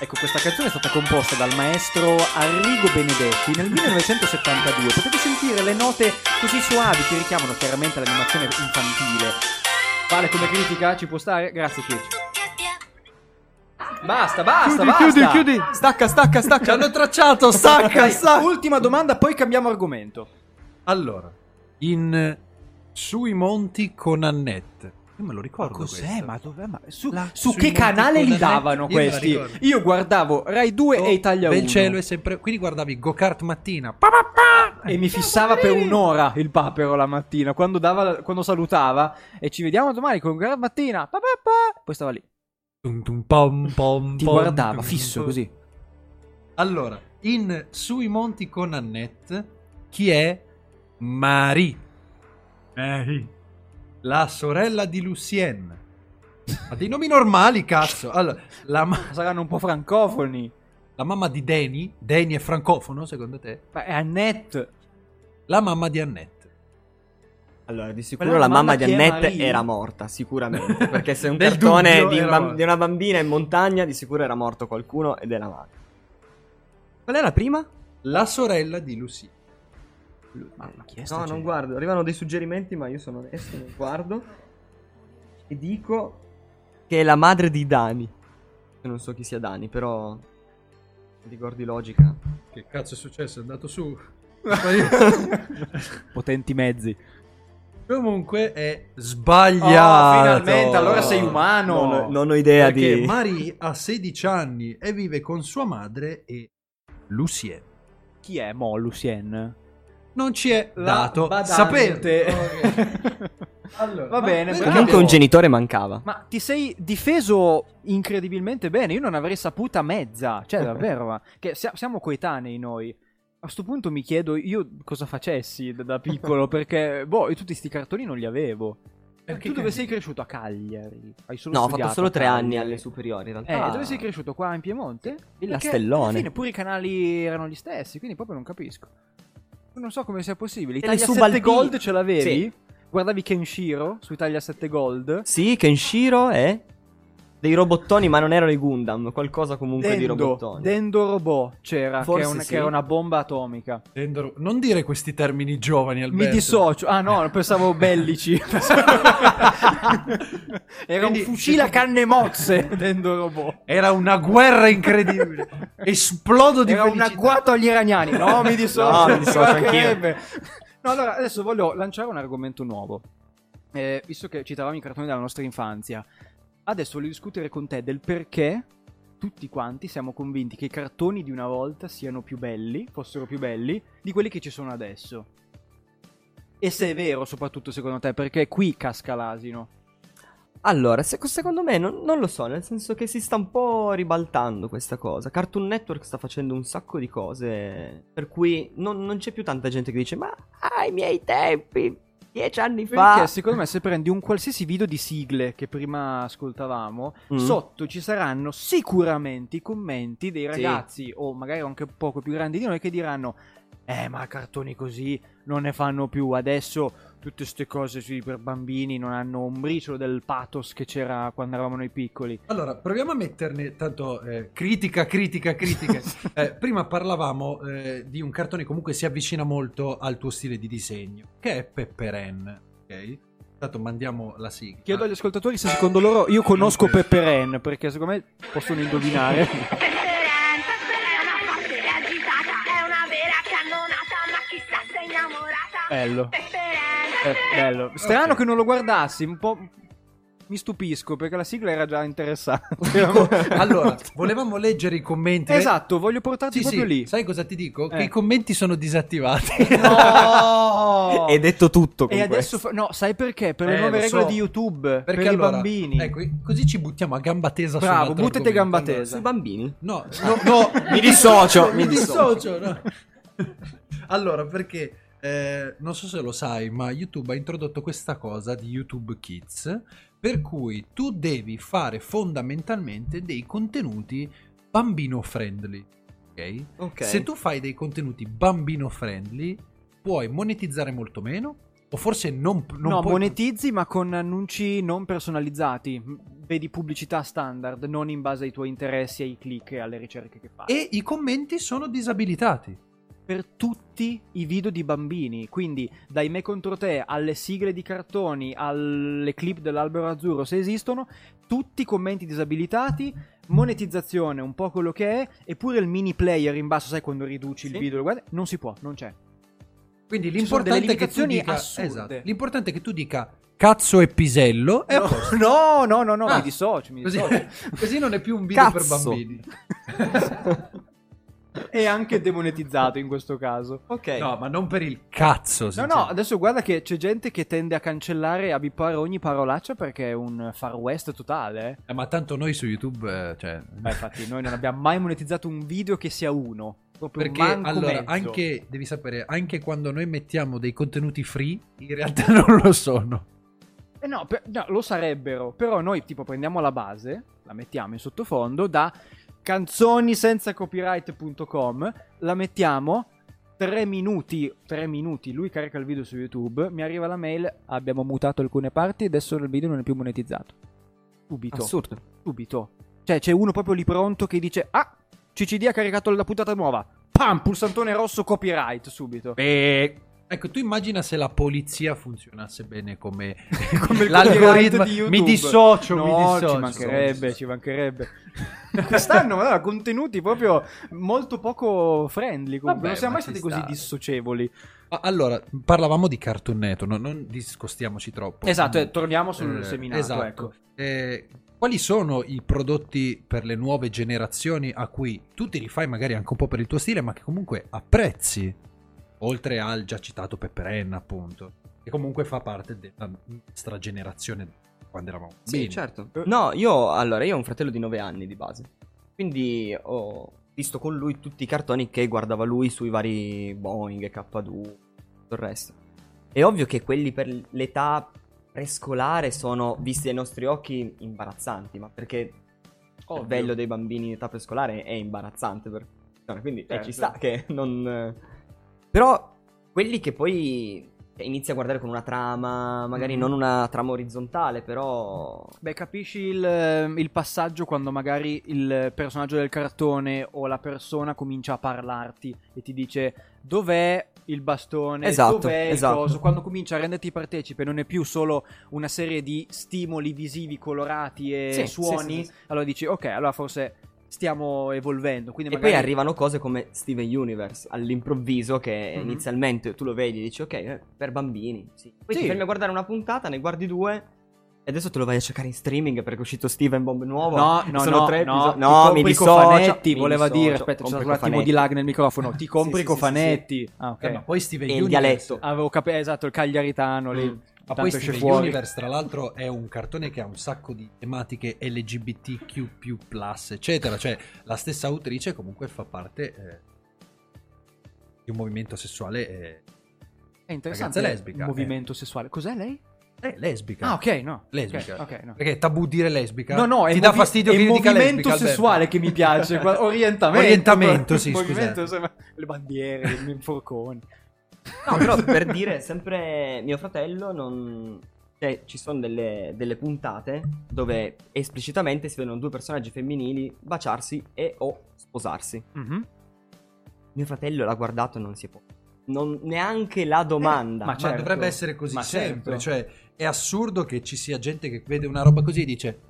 Speaker 2: Ecco, questa canzone è stata composta dal maestro Arrigo Benedetti nel 1972. Potete sentire le note così suavi che richiamano chiaramente l'animazione infantile. Vale come critica? Ci può stare? Grazie, Kirch. Basta, basta, basta.
Speaker 4: Stacca, stacca,
Speaker 3: Ci
Speaker 4: stacca.
Speaker 3: hanno tracciato,
Speaker 2: Dai,
Speaker 3: sacca, sacca.
Speaker 2: Ultima domanda, poi cambiamo argomento.
Speaker 3: Allora, in eh, Sui Monti con Annette. Io me lo ricordo. questo.
Speaker 2: dov'è? Ma su
Speaker 3: La-
Speaker 2: su
Speaker 3: sui
Speaker 2: che
Speaker 3: monti
Speaker 2: canale
Speaker 3: con
Speaker 2: li
Speaker 3: la net-
Speaker 2: davano
Speaker 3: io me la
Speaker 2: questi?
Speaker 3: ricordo. Oh,
Speaker 2: Io guardavo Rai 2 e Italia 1.
Speaker 3: Bel cielo è sempre. Quindi guardavi Go Kart mattina. Pa, pa, pa!
Speaker 2: E mi fissava per un'ora il papero la mattina, quando, dava- quando salutava e ci vediamo domani con gran mattina. Pa, pa, pa. Poi stava lì,
Speaker 3: Tum, tum, pom, pom,
Speaker 2: ti
Speaker 3: pom,
Speaker 2: guardava
Speaker 3: tum,
Speaker 2: fisso
Speaker 3: pom.
Speaker 2: così.
Speaker 3: Allora, in Sui Monti con Annette, chi è Marie?
Speaker 2: Eh,
Speaker 3: Marie. La sorella di Lucienne. Ma dei nomi normali, cazzo. Allora, la, ma-
Speaker 2: Saranno un po' francofoni.
Speaker 3: la mamma di Deni. Deni è francofono, secondo te?
Speaker 2: Ma è Annette.
Speaker 3: La mamma di Annette.
Speaker 4: Allora, di sicuro
Speaker 2: Quella
Speaker 4: la mamma di
Speaker 2: mamma che è
Speaker 4: Annette
Speaker 2: Marie.
Speaker 4: era morta, sicuramente. Perché se un
Speaker 3: Nel
Speaker 4: cartone
Speaker 3: dubbio
Speaker 4: di, un
Speaker 3: era
Speaker 4: bam-
Speaker 3: morta.
Speaker 4: di una bambina in montagna, di sicuro era morto qualcuno ed era madre. Qual è la prima?
Speaker 3: La sorella di Lucienne.
Speaker 2: Mamma, chi è sta
Speaker 4: No, non
Speaker 2: gente?
Speaker 4: guardo. Arrivano dei suggerimenti, ma io sono onesto, non guardo. E dico che è la madre di Dani. Io non so chi sia Dani, però. Rigor di logica.
Speaker 3: Che cazzo è successo? È andato su.
Speaker 2: Potenti mezzi.
Speaker 3: Comunque è
Speaker 2: Oh,
Speaker 3: sbagliato.
Speaker 2: finalmente, allora sei umano.
Speaker 4: Non, ho- non ho idea
Speaker 3: Perché
Speaker 4: di.
Speaker 3: Marie ha 16 anni e vive con sua madre e Lucien.
Speaker 2: Chi è Mo Lucien?
Speaker 3: Non ci è
Speaker 2: La
Speaker 3: dato.
Speaker 2: badante.
Speaker 3: Sapete.
Speaker 2: Allora, Va bene,
Speaker 3: perché-
Speaker 4: Comunque
Speaker 2: bravo.
Speaker 4: un genitore mancava.
Speaker 2: Ma ti sei difeso incredibilmente bene. Io non avrei saputa mezza. Cioè, davvero. ma- che sia- siamo coetanei noi. A sto punto mi chiedo io cosa facessi da, da piccolo. perché, boh, io tutti sti cartoni non li avevo.
Speaker 3: Perché
Speaker 2: tu dove
Speaker 3: cazzo?
Speaker 2: sei cresciuto? A Cagliari. Hai solo
Speaker 4: No, ho
Speaker 2: studiato
Speaker 4: fatto
Speaker 2: a
Speaker 4: solo tre
Speaker 2: Cagliari.
Speaker 4: anni alle superiori, in
Speaker 2: Eh,
Speaker 4: realtà.
Speaker 2: dove sei cresciuto? Qua in Piemonte?
Speaker 4: Villa
Speaker 2: Perché
Speaker 4: Stellone.
Speaker 2: alla fine pure i canali erano gli stessi, quindi proprio non capisco. Non so come sia possibile.
Speaker 4: le
Speaker 2: Italia 7
Speaker 4: subalpine-
Speaker 2: Gold ce l'avevi?
Speaker 4: Sì.
Speaker 2: Guardavi Kenshiro su Italia 7 Gold?
Speaker 4: Sì, Kenshiro è. Dei robottoni, ma non erano i Gundam. Qualcosa comunque di
Speaker 2: Dendo,
Speaker 4: robottoni.
Speaker 2: Dendo Robot c'era, che,
Speaker 4: Forse
Speaker 2: è una- che
Speaker 4: sì.
Speaker 2: era una bomba atomica.
Speaker 3: Tendero- Non dire questi termini giovani al
Speaker 2: Mi dissocio. Ah no, pensavo bellici. era
Speaker 3: Quindi-
Speaker 2: un fucile a canne mozze, Dendo Robot.
Speaker 3: Era una guerra incredibile. Esplodo di
Speaker 2: Era un
Speaker 3: felicità.
Speaker 2: agguato agli iraniani. No, mi dissocio.
Speaker 4: No, mi dissocio
Speaker 2: Ci
Speaker 4: anch'io.
Speaker 2: mancherebbe. No, allora, adesso voglio lanciare un argomento nuovo. Eh, visto che citavamo i cartoni della nostra infanzia, adesso voglio discutere con te del perché tutti quanti siamo convinti che i cartoni di una volta siano più belli, fossero più belli, di quelli che ci sono adesso. E se è vero, soprattutto secondo te, perché qui casca l'asino.
Speaker 4: Allora, se- secondo me non, non lo so, nel senso che si sta un po' ribaltando questa cosa. Cartoon Network sta facendo un sacco di cose, per cui non, non c'è più tanta gente che dice ma ai miei tempi, dieci anni
Speaker 2: Perché
Speaker 4: fa...
Speaker 2: secondo me se prendi un qualsiasi video di sigle che prima ascoltavamo,
Speaker 4: Mm.
Speaker 2: sotto ci saranno sicuramente i commenti dei ragazzi o magari anche poco più grandi di noi che diranno "Eh, ma cartoni così non ne fanno più adesso tutte ste cose sì, per bambini non hanno un briciolo del pathos che c'era quando eravamo noi piccoli".
Speaker 3: Allora, proviamo a metterne tanto eh, critica, critica, critica. Eh, prima parlavamo eh, di un cartone che comunque si avvicina molto al tuo stile di disegno, che è Pepperen, ok? Intanto mandiamo la sigla.
Speaker 2: Chiedo agli ascoltatori se secondo loro io conosco Pepperen perché secondo me possono indovinare.
Speaker 8: Sofferenza, è una pazzia agitata, è una vera cannonata, ma chissà se è innamorata.
Speaker 2: Bello.
Speaker 8: Sofferenza,
Speaker 2: È Eh, bello. Strano
Speaker 3: Ok.
Speaker 2: che non lo guardassi, un po'. mi stupisco perché la sigla era già interessante.
Speaker 3: allora, volevamo leggere i commenti.
Speaker 2: Esatto, voglio portarti
Speaker 3: Sì,
Speaker 2: proprio
Speaker 3: sì,
Speaker 2: lì.
Speaker 3: sai cosa ti dico? Che
Speaker 2: Eh.
Speaker 3: i commenti sono disattivati.
Speaker 2: No!
Speaker 4: È detto tutto con
Speaker 2: E adesso
Speaker 4: questo.
Speaker 2: fa- no, sai perché? Per
Speaker 3: Eh,
Speaker 2: le nuove
Speaker 3: lo
Speaker 2: regole
Speaker 3: so.
Speaker 2: di YouTube,
Speaker 3: Perché
Speaker 2: per
Speaker 3: allora,
Speaker 2: i bambini.
Speaker 3: Ecco, così ci buttiamo a gamba tesa su un
Speaker 2: Bravo,
Speaker 3: altro
Speaker 2: buttate
Speaker 3: argomento.
Speaker 2: gamba
Speaker 3: Allora,
Speaker 2: tesa.
Speaker 4: Sui bambini.
Speaker 3: No, no, no,
Speaker 4: Mi dissocio,
Speaker 3: mi
Speaker 4: mi
Speaker 3: dissocio. no. Allora, perché eh, non so se lo sai, ma YouTube ha introdotto questa cosa di YouTube Kids, per cui tu devi fare fondamentalmente dei contenuti bambino friendly, ok?
Speaker 4: Ok.
Speaker 3: Se tu fai dei contenuti bambino friendly, puoi monetizzare molto meno o forse non, non
Speaker 2: no,
Speaker 3: puoi
Speaker 2: monetizzi ma con annunci non personalizzati. M- Vedi pubblicità standard, non in base ai tuoi interessi, ai click e alle ricerche che fai.
Speaker 3: e i commenti sono disabilitati.
Speaker 2: per tutti i video di bambini, quindi dai me contro te alle sigle di cartoni, alle clip dell'albero azzurro se esistono, tutti i commenti disabilitati, monetizzazione un po' quello che è, eppure il mini player in basso, sai quando riduci il
Speaker 4: Sì.
Speaker 2: video, guarda, non si può, non c'è.
Speaker 3: Quindi
Speaker 2: Ci sono delle
Speaker 3: l'importante è che tu
Speaker 2: limitazioni
Speaker 3: dica
Speaker 2: assurde.
Speaker 3: esatto, l'importante è che tu dica cazzo e pisello e a posto.
Speaker 2: No, no, no, no,
Speaker 3: Ah,
Speaker 2: mi dissocio, mi
Speaker 3: Così,
Speaker 2: dissocio.
Speaker 3: così non è più un video per
Speaker 4: Cazzo.
Speaker 3: bambini.
Speaker 2: È anche demonetizzato in questo caso.
Speaker 4: Ok.
Speaker 3: No, ma non per il cazzo.
Speaker 2: No, no, adesso guarda che c'è gente che tende a cancellare e a bippare ogni parolaccia perché è un far west totale, eh.
Speaker 3: Eh, ma tanto noi su YouTube, eh, cioè,
Speaker 2: Beh, infatti, noi non abbiamo mai monetizzato un video che sia uno. Proprio
Speaker 3: perché
Speaker 2: manco
Speaker 3: allora
Speaker 2: mezzo.
Speaker 3: anche devi sapere, anche quando noi mettiamo dei contenuti free, in realtà non lo sono.
Speaker 2: Eh no, per- no, lo sarebbero. Però noi, tipo, prendiamo la base, la mettiamo in sottofondo da canzonisenzacopyright.com, la mettiamo. 3 minuti, 3 minuti, lui carica il video su YouTube, mi arriva la mail, abbiamo mutato alcune parti, adesso il video non è più monetizzato. Subito.
Speaker 4: Assurdo.
Speaker 2: subito. Cioè, c'è uno proprio lì pronto che dice: Ah, CCD ha caricato la puntata nuova. Pam, pulsantone rosso copyright subito.
Speaker 3: Ecco, tu immagina se la polizia funzionasse bene come,
Speaker 2: Come il
Speaker 3: l'algoritmo
Speaker 2: copyright di YouTube.
Speaker 3: Mi dissocio,
Speaker 2: no,
Speaker 3: mi dissocio.
Speaker 2: Ci mancherebbe, ci mancherebbe. Quest'anno guarda, contenuti proprio molto poco friendly. Comunque.
Speaker 3: Vabbè,
Speaker 2: non siamo
Speaker 3: ma
Speaker 2: mai
Speaker 3: ci
Speaker 2: stati così
Speaker 3: sta.
Speaker 2: dissocievoli.
Speaker 3: Ma Allora, parlavamo di Cartoon Network, non, non discostiamoci troppo.
Speaker 2: Esatto, eh, torniamo sul
Speaker 3: Eh,
Speaker 2: seminario.
Speaker 3: esatto.
Speaker 2: Ecco.
Speaker 3: Eh, quali sono i prodotti per le nuove generazioni a cui tu te li fai magari anche un po' per il tuo stile, ma che comunque apprezzi? Oltre al già citato Pepperenna, appunto, che comunque fa parte della nostra generazione quando eravamo
Speaker 4: Sì,
Speaker 3: bambini.
Speaker 4: certo.
Speaker 2: Eh.
Speaker 4: No, io allora, io ho un fratello di 9 anni di base. Quindi ho visto con lui tutti i cartoni che guardava lui sui vari Boeing, K2, tutto il resto. È ovvio che quelli per l'età prescolare sono visti ai nostri occhi imbarazzanti, ma perché il bello dei bambini in età prescolare è imbarazzante per persone, quindi eh,
Speaker 2: Certo.
Speaker 4: ci sta che non però quelli che poi inizi a guardare con una trama, magari
Speaker 2: Mhm.
Speaker 4: non una trama orizzontale, però
Speaker 2: Beh, capisci il, ehm, il passaggio quando magari il personaggio del cartone o la persona comincia a parlarti e ti dice dov'è il bastone,
Speaker 4: Esatto,
Speaker 2: dov'è
Speaker 4: esatto.
Speaker 2: il coso. Quando comincia a renderti partecipe non è più solo una serie di stimoli visivi colorati e
Speaker 4: Sì, sì,
Speaker 2: suoni,
Speaker 4: sì, sì, sì.
Speaker 2: allora dici ok, allora forse stiamo evolvendo. Quindi
Speaker 4: E
Speaker 2: magari...
Speaker 4: poi arrivano cose come Steven Universe all'improvviso che
Speaker 2: Mhm.
Speaker 4: inizialmente tu lo vedi e dici ok, eh, per bambini. Sì. Poi
Speaker 2: Sì.
Speaker 4: ti fermi a guardare una puntata, ne guardi due e adesso te lo vai a cercare in streaming perché è uscito Steven Bomb nuovo.
Speaker 2: No, no,
Speaker 4: Sono
Speaker 2: no,
Speaker 4: tre
Speaker 2: no,
Speaker 4: episodi-
Speaker 2: ti
Speaker 4: no, mi
Speaker 2: compri i
Speaker 4: dissocio,
Speaker 2: cofanetti,
Speaker 4: mi
Speaker 2: voleva
Speaker 4: dissocio,
Speaker 2: dire, aspetta, c'è
Speaker 4: compri
Speaker 2: stato
Speaker 4: i
Speaker 2: un attimo di
Speaker 4: cofanetti.
Speaker 2: lag nel microfono, ti compri i
Speaker 4: Sì, sì, sì,
Speaker 2: cofanetti. Ah, ok.
Speaker 3: Eh, ma poi Steven
Speaker 4: E il
Speaker 3: Universe,
Speaker 4: dialetto.
Speaker 2: Avevo capito, esatto, il cagliaritano lì.
Speaker 4: Mm.
Speaker 3: Ma
Speaker 2: tanto
Speaker 3: poi
Speaker 2: esce
Speaker 3: Steven
Speaker 2: fuori.
Speaker 3: Universe, tra l'altro, è un cartone che ha un sacco di tematiche LGBTQ, eccetera. Cioè, la stessa autrice comunque fa parte eh, di un movimento sessuale. eh,
Speaker 2: È interessante.
Speaker 3: Ragazza lesbica,
Speaker 2: Il movimento sessuale. Cos'è lei?
Speaker 3: eh, lesbica.
Speaker 2: Ah, ok, no.
Speaker 3: Lesbica.
Speaker 2: Ok, ok, no.
Speaker 3: Perché è tabù dire lesbica.
Speaker 2: No, no, è
Speaker 3: ti
Speaker 2: il
Speaker 3: dà
Speaker 2: movi-
Speaker 3: fastidio
Speaker 2: è
Speaker 3: che
Speaker 2: il
Speaker 3: io dica
Speaker 2: movimento
Speaker 3: lesbica, Alberto.
Speaker 2: sessuale che mi piace. qua- orientamento.
Speaker 3: Orientamento, sì,
Speaker 2: Movimento,
Speaker 3: scusate.
Speaker 2: sembra- le bandiere, i forconi.
Speaker 4: No, però per dire, sempre mio fratello non... Cioè, ci sono delle, delle puntate dove esplicitamente si vedono due personaggi femminili baciarsi e o sposarsi.
Speaker 2: Mhm.
Speaker 4: Mio fratello l'ha guardato e non si è po- Non neanche la domanda.
Speaker 2: Eh, ma
Speaker 3: Ma
Speaker 2: Certo.
Speaker 3: dovrebbe essere così
Speaker 2: Ma
Speaker 3: sempre.
Speaker 2: certo.
Speaker 3: Cioè, è assurdo che ci sia gente che vede una roba così e dice: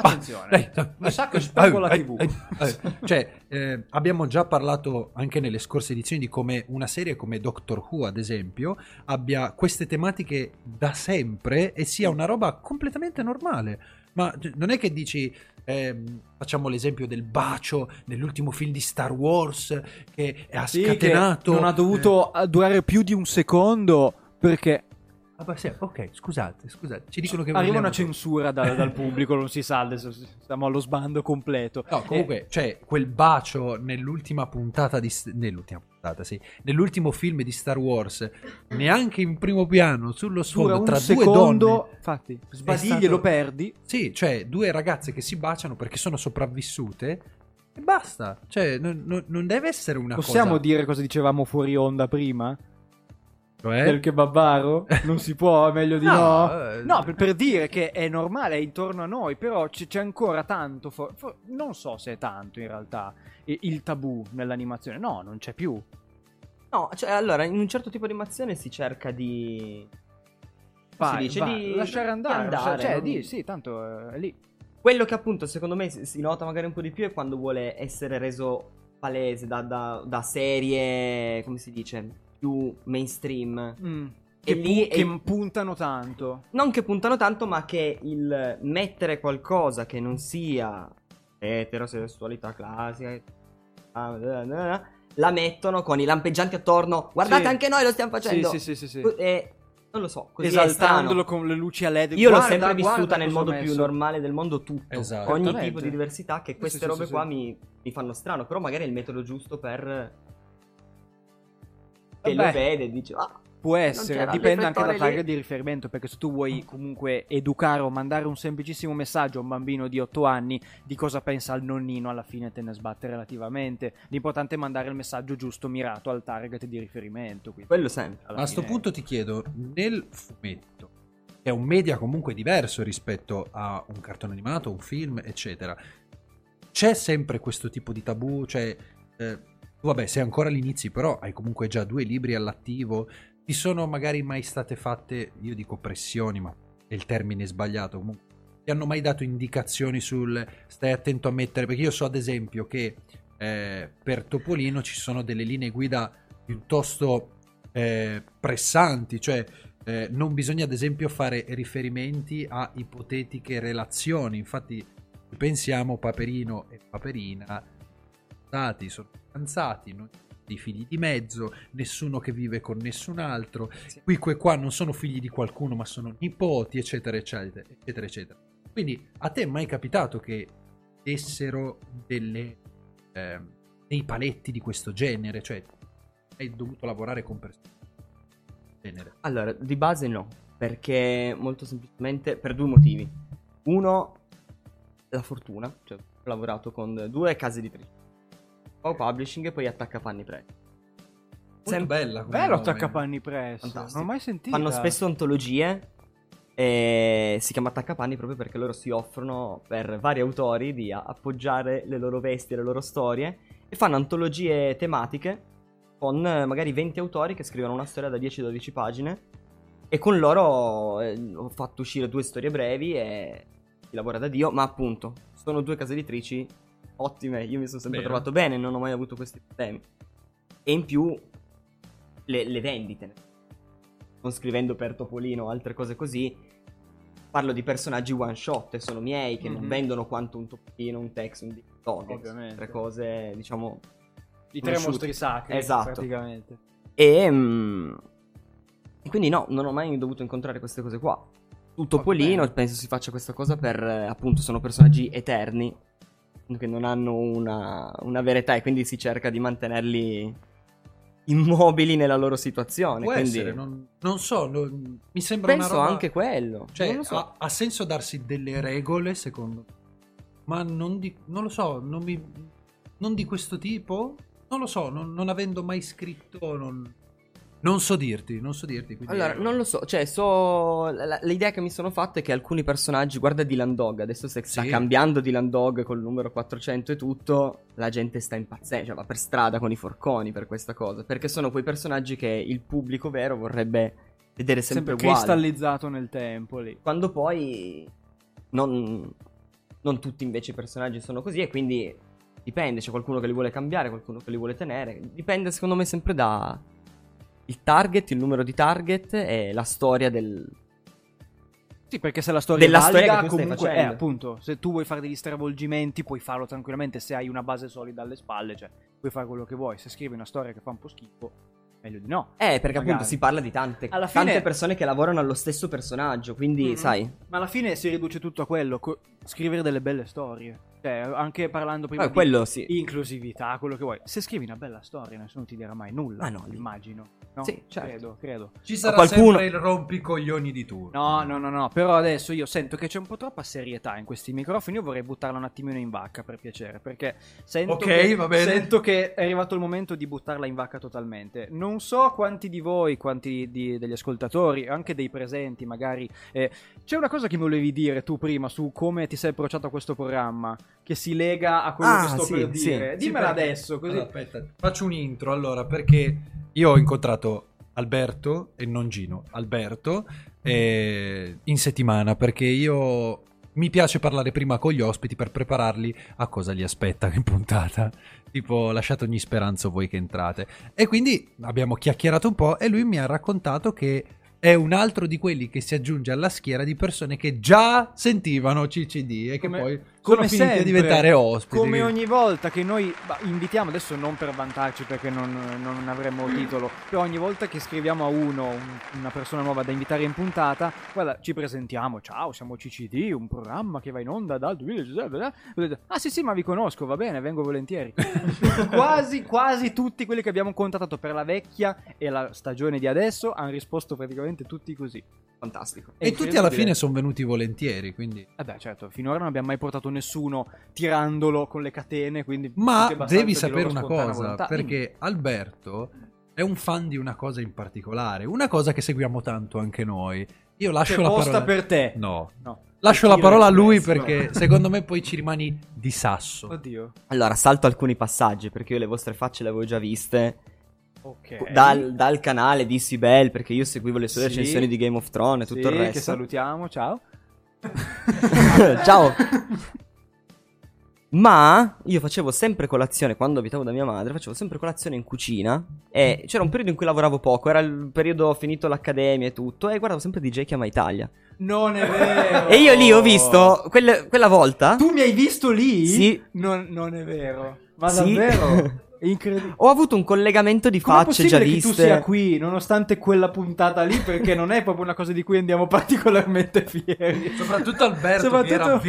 Speaker 3: Ah,
Speaker 2: Attenzione.
Speaker 3: Dai, dai,
Speaker 2: un sacco
Speaker 3: eh,
Speaker 2: espongo la
Speaker 3: eh,
Speaker 2: TV.
Speaker 3: eh, eh. Cioè, eh, abbiamo già parlato anche nelle scorse edizioni di come una serie come Doctor Who, ad esempio, abbia queste tematiche da sempre e sia una roba completamente normale. Ma d- non è che dici, ehm, facciamo l'esempio del bacio nell'ultimo film di Star Wars che ha
Speaker 2: Sì, che
Speaker 3: scatenato.
Speaker 2: non ha dovuto eh, durare più di un secondo perché
Speaker 3: Eh, ah, beh, sì, ok, scusate, scusate. Ci dicono che
Speaker 2: arriva una
Speaker 3: vogliamo-
Speaker 2: censura da- dal pubblico, non si sa, adesso siamo allo sbando completo. Eh,
Speaker 3: No, comunque, cioè, quel bacio nell'ultima puntata di... nell'ultima puntata, sì, nell'ultimo film di Star Wars, neanche in primo piano, sullo
Speaker 2: Dura
Speaker 3: sfondo,
Speaker 2: un
Speaker 3: tra
Speaker 2: secondo,
Speaker 3: due donne...
Speaker 2: infatti,
Speaker 3: È
Speaker 2: sbadigli
Speaker 3: stato-
Speaker 2: e lo perdi.
Speaker 3: Sì, cioè, due ragazze che si baciano perché sono sopravvissute e basta. Cioè, non, non- non deve essere una
Speaker 2: Possiamo
Speaker 3: cosa...
Speaker 2: dire cosa dicevamo fuori onda prima?
Speaker 3: Cioè,
Speaker 2: Perché Babbaro? Non si può, è meglio di
Speaker 3: No,
Speaker 2: no.
Speaker 3: eh.
Speaker 2: No, per, per dire che è normale, è intorno a noi, però c- c'è ancora tanto, for- for- non so se è tanto in realtà, i- il tabù nell'animazione. No, non c'è più.
Speaker 4: No, cioè, allora, in un certo tipo di animazione si cerca di... come
Speaker 2: Vai,
Speaker 4: si dice
Speaker 2: vai,
Speaker 4: di
Speaker 2: lasciare
Speaker 4: di
Speaker 2: andare, lascia- cioè,
Speaker 4: non-
Speaker 2: di- sì, tanto eh, è lì.
Speaker 4: Quello che appunto secondo me si si nota magari un po' di più è quando vuole essere reso palese da, da- da serie, come si dice, più mainstream.
Speaker 2: Che,
Speaker 4: E lì
Speaker 2: pu- che
Speaker 4: è-
Speaker 2: puntano tanto.
Speaker 4: Non che puntano tanto, ma che il mettere qualcosa che non sia eterosessualità classica, eh, ah, eh, eh, eh, la mettono con i lampeggianti attorno. Guardate,
Speaker 2: Sì.
Speaker 4: anche noi lo stiamo facendo.
Speaker 2: Sì, sì, sì, sì, sì.
Speaker 4: E, non lo so, così è
Speaker 2: Esaltandolo
Speaker 4: strano.
Speaker 2: con le luci a LED.
Speaker 4: Io l'ho
Speaker 2: Guarda,
Speaker 4: sempre
Speaker 2: guarda
Speaker 4: vissuta nel
Speaker 2: cosa ho
Speaker 4: modo più
Speaker 2: messo.
Speaker 4: normale del mondo tutto.
Speaker 3: Esatto.
Speaker 4: Ogni
Speaker 2: Esattamente.
Speaker 4: tipo di diversità che queste
Speaker 2: sì,
Speaker 4: robe
Speaker 2: sì,
Speaker 4: qua
Speaker 2: sì.
Speaker 4: Mi, mi fanno strano, però magari è il metodo giusto per che
Speaker 2: Vabbè.
Speaker 4: lo vede e dice "Ah,
Speaker 2: Può essere,
Speaker 4: c'era
Speaker 2: dipende anche dalla
Speaker 4: riflettore lì.
Speaker 2: targa di riferimento, perché se tu vuoi comunque educare o mandare un semplicissimo messaggio a un bambino di 8 anni di cosa pensa il nonnino, alla fine te ne sbatte relativamente. L'importante è mandare il messaggio giusto, mirato al target di riferimento. quindi
Speaker 4: quello sempre.
Speaker 2: alla
Speaker 3: A sto
Speaker 2: fine-
Speaker 3: punto ti chiedo, nel fumetto, che è un media comunque diverso rispetto a un cartone animato, un film, eccetera, c'è sempre questo tipo di tabù? Cioè, eh, tu vabbè, sei ancora all'inizio, però hai comunque già due libri all'attivo, ti sono magari mai state fatte, io dico pressioni, ma è il termine sbagliato comunque. Ti hanno mai dato indicazioni sul stai attento a mettere? Perché io so ad esempio che eh, per Topolino ci sono delle linee guida piuttosto eh, pressanti, cioè eh, non bisogna ad esempio fare riferimenti a ipotetiche relazioni, infatti se pensiamo Paperino e Paperina sono stati, sono fidanzati, non di figli di mezzo, nessuno che vive con nessun altro, qui que- qua non sono figli di qualcuno ma sono nipoti, eccetera, eccetera, eccetera, eccetera. Quindi a te è mai capitato che dessero delle, ehm, dei paletti di questo genere? Cioè hai dovuto lavorare con persone del genere?
Speaker 4: Allora, di base no, perché molto semplicemente per due motivi. Uno, la fortuna, cioè ho lavorato con due case editrici. Pau Publishing e poi Attacca Fanni Press.
Speaker 3: Molto
Speaker 4: Sempre-
Speaker 3: bella. come
Speaker 2: Bello
Speaker 3: nome.
Speaker 2: attaccapanni presso,
Speaker 4: Fantastico.
Speaker 2: non ho mai sentito.
Speaker 4: Fanno spesso antologie e si chiama Attaccapanni proprio perché loro si offrono per vari autori di a- appoggiare le loro vesti e le loro storie e fanno antologie tematiche con eh, magari 20 autori che scrivono una storia da 10-12 pagine e con loro eh, ho fatto uscire due storie brevi e si lavora da Dio, ma appunto sono due case editrici ottime, io mi sono sempre
Speaker 3: Vero.
Speaker 4: trovato bene, non ho mai avuto questi problemi. E in più le, le vendite, non scrivendo per Topolino o altre cose così, parlo di personaggi one shot e sono miei che non
Speaker 2: Mhm.
Speaker 4: vendono quanto un Topolino, un Tex, un Dog,
Speaker 2: Ovviamente.
Speaker 4: tre cose diciamo
Speaker 2: I tre
Speaker 4: conosciuti.
Speaker 2: mostri sacri,
Speaker 4: Esatto.
Speaker 2: praticamente.
Speaker 4: E, mm, e quindi no, non ho mai dovuto incontrare queste cose qua. Tutto Topolino penso si faccia questa cosa per eh, appunto sono personaggi eterni che non hanno una, una vera età e quindi si cerca di mantenerli immobili nella loro situazione.
Speaker 3: Può
Speaker 4: quindi
Speaker 3: essere, non, non so, non- mi sembra
Speaker 4: penso
Speaker 3: una roba...
Speaker 4: anche quello.
Speaker 3: Cioè,
Speaker 4: non lo so.
Speaker 3: ha, ha senso darsi delle regole, secondo me. Ma non, di, non lo so, non, mi, non di questo tipo? Non lo so, non, non avendo mai scritto, non, non so dirti, non so dirti. quindi-
Speaker 4: Allora, non lo so, cioè, so. la- la- l'idea che mi sono fatta è che alcuni personaggi, guarda Dylan Dog, adesso se sta
Speaker 3: Sì.
Speaker 4: cambiando Dylan Dog col numero 400 e tutto, la gente sta impazzendo, cioè va per strada con i forconi per questa cosa, perché sono quei personaggi che il pubblico vero vorrebbe vedere sempre,
Speaker 2: Sempre
Speaker 4: uguali.
Speaker 2: cristallizzato nel tempo lì.
Speaker 4: Quando poi non, non tutti invece i personaggi sono così e quindi dipende, c'è qualcuno che li vuole cambiare, qualcuno che li vuole tenere, dipende secondo me sempre da il target, il numero di target e la storia del...
Speaker 2: Sì, perché se la storia
Speaker 4: Della
Speaker 2: è valida,
Speaker 4: storia che tu stai
Speaker 2: comunque eh,
Speaker 4: facendo.
Speaker 2: appunto, se tu vuoi fare degli stravolgimenti, puoi farlo tranquillamente se hai una base solida alle spalle, cioè puoi fare quello che vuoi. Se scrivi una storia che fa un po' schifo, meglio di no.
Speaker 4: Eh, perché appunto
Speaker 2: Magari.
Speaker 4: si parla di tante,
Speaker 2: Alla fine-
Speaker 4: tante persone che lavorano allo stesso personaggio, quindi
Speaker 2: Mm.
Speaker 4: sai...
Speaker 2: Ma alla fine si riduce tutto a quello, co- scrivere delle belle storie. Cioè, anche parlando prima
Speaker 4: Eh,
Speaker 2: di
Speaker 4: quello sì.
Speaker 2: inclusività, quello che vuoi. Se scrivi una bella storia, nessuno ti dirà mai nulla.
Speaker 4: Ma Ah, no, lì.
Speaker 2: immagino. No?
Speaker 4: Sì, certo.
Speaker 2: Credo, credo.
Speaker 3: Ci sarà
Speaker 4: qualcuno-
Speaker 3: sempre il rompicoglioni di turno.
Speaker 2: No, no, no, no, però adesso io sento che c'è un po' troppa serietà in questi microfoni, io vorrei buttarla un attimino in vacca per piacere, perché sento,
Speaker 3: Ok,
Speaker 2: che,
Speaker 3: va bene.
Speaker 2: sento che è arrivato il momento di buttarla in vacca totalmente. Non so quanti di voi, quanti di- degli ascoltatori, anche dei presenti magari, eh, c'è una cosa che mi volevi dire tu prima su come ti sei approcciato a questo programma, che si lega a quello
Speaker 4: Ah,
Speaker 2: che sto
Speaker 4: sì,
Speaker 2: per
Speaker 4: sì.
Speaker 2: dire.
Speaker 3: Sì,
Speaker 2: Dimmela
Speaker 3: perché-
Speaker 2: adesso, così...
Speaker 3: Allora, aspetta, faccio un intro allora perché io ho incontrato Alberto e non Gino, Alberto eh, in settimana perché io mi piace parlare prima con gli ospiti per prepararli a cosa li aspetta in puntata. Tipo, lasciate ogni speranza voi che entrate. E quindi abbiamo chiacchierato un po' e lui mi ha raccontato che è un altro di quelli che si aggiunge alla schiera di persone che già sentivano CCD e che
Speaker 2: Come-
Speaker 3: poi sono
Speaker 2: come
Speaker 3: finiti a
Speaker 2: sempre,
Speaker 3: diventare ospiti.
Speaker 2: Come ogni volta che noi bah, invitiamo, adesso non per vantarci perché non, non avremmo titolo, però ogni volta che scriviamo a uno un- una persona nuova da invitare in puntata, guarda, ci presentiamo, ciao, siamo CCD, un programma che va in onda dal 2017. Ah sì sì, ma vi conosco, va bene, vengo volentieri. quasi, quasi tutti quelli che abbiamo contattato per la vecchia e la stagione di adesso hanno risposto praticamente tutti così.
Speaker 4: Fantastico.
Speaker 2: È
Speaker 3: E tutti alla
Speaker 2: incredibile.
Speaker 3: fine sono venuti volentieri, quindi...
Speaker 2: Eh beh, certo, finora non abbiamo mai portato nessuno tirandolo con le catene, quindi... tutti
Speaker 3: Ma
Speaker 2: abbastanza
Speaker 3: devi
Speaker 2: di
Speaker 3: sapere
Speaker 2: loro
Speaker 3: una
Speaker 2: spontanea
Speaker 3: cosa,
Speaker 2: volontà. Dimmi.
Speaker 3: perché Alberto è un fan di una cosa in particolare, una cosa che seguiamo tanto anche noi. Io lascio
Speaker 2: C'è
Speaker 3: la
Speaker 2: posta
Speaker 3: parola...
Speaker 2: per te.
Speaker 3: No.
Speaker 2: No.
Speaker 3: Lascio
Speaker 2: Io
Speaker 3: la parola a
Speaker 2: l'ho
Speaker 3: lui
Speaker 2: preso.
Speaker 3: perché secondo me poi ci rimani di sasso.
Speaker 2: Oddio.
Speaker 4: Allora, salto alcuni passaggi perché io le vostre facce le avevo già viste.
Speaker 2: Ok.
Speaker 4: Dal, dal canale di Sibel, perché io seguivo le sue
Speaker 2: Sì.
Speaker 4: recensioni di Game of Thrones e tutto
Speaker 2: Sì,
Speaker 4: il
Speaker 2: che
Speaker 4: resto.
Speaker 2: salutiamo, ciao.
Speaker 4: Ciao. Ma io facevo sempre colazione quando abitavo da mia madre, facevo sempre colazione in cucina e c'era un periodo in cui lavoravo poco, era il periodo finito l'accademia e tutto e guardavo sempre DJ Chiama Italia.
Speaker 2: Non è vero.
Speaker 4: E io lì ho visto quelle- quella volta
Speaker 2: Oh. Tu mi hai visto lì?
Speaker 4: Sì.
Speaker 2: Non, non è vero. Ma
Speaker 4: Sì.
Speaker 2: davvero? È incredibile.
Speaker 4: ho avuto un collegamento di
Speaker 2: Com'è
Speaker 4: facce già
Speaker 2: possibile che tu
Speaker 4: viste.
Speaker 2: sia qui, nonostante quella puntata lì, perché non è proprio una cosa di cui andiamo particolarmente fieri.
Speaker 3: Soprattutto Alberto
Speaker 2: Soprattutto-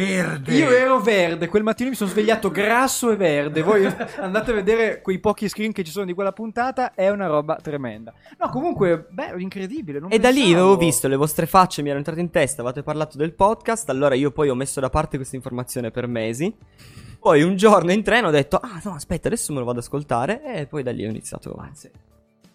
Speaker 2: Io ero verde, quel mattino mi sono svegliato grasso e verde. Voi andate a vedere quei pochi screen che ci sono di quella puntata, è una roba tremenda. No, comunque, beh, incredibile. non
Speaker 4: E da lì
Speaker 2: pensavo.
Speaker 4: avevo visto le vostre facce, mi erano entrate in testa, avevate parlato del podcast, allora io poi ho messo da parte questa informazione per mesi. Poi un giorno in treno ho detto, ah no aspetta adesso me lo vado ad ascoltare e poi da lì ho iniziato.
Speaker 2: Ah,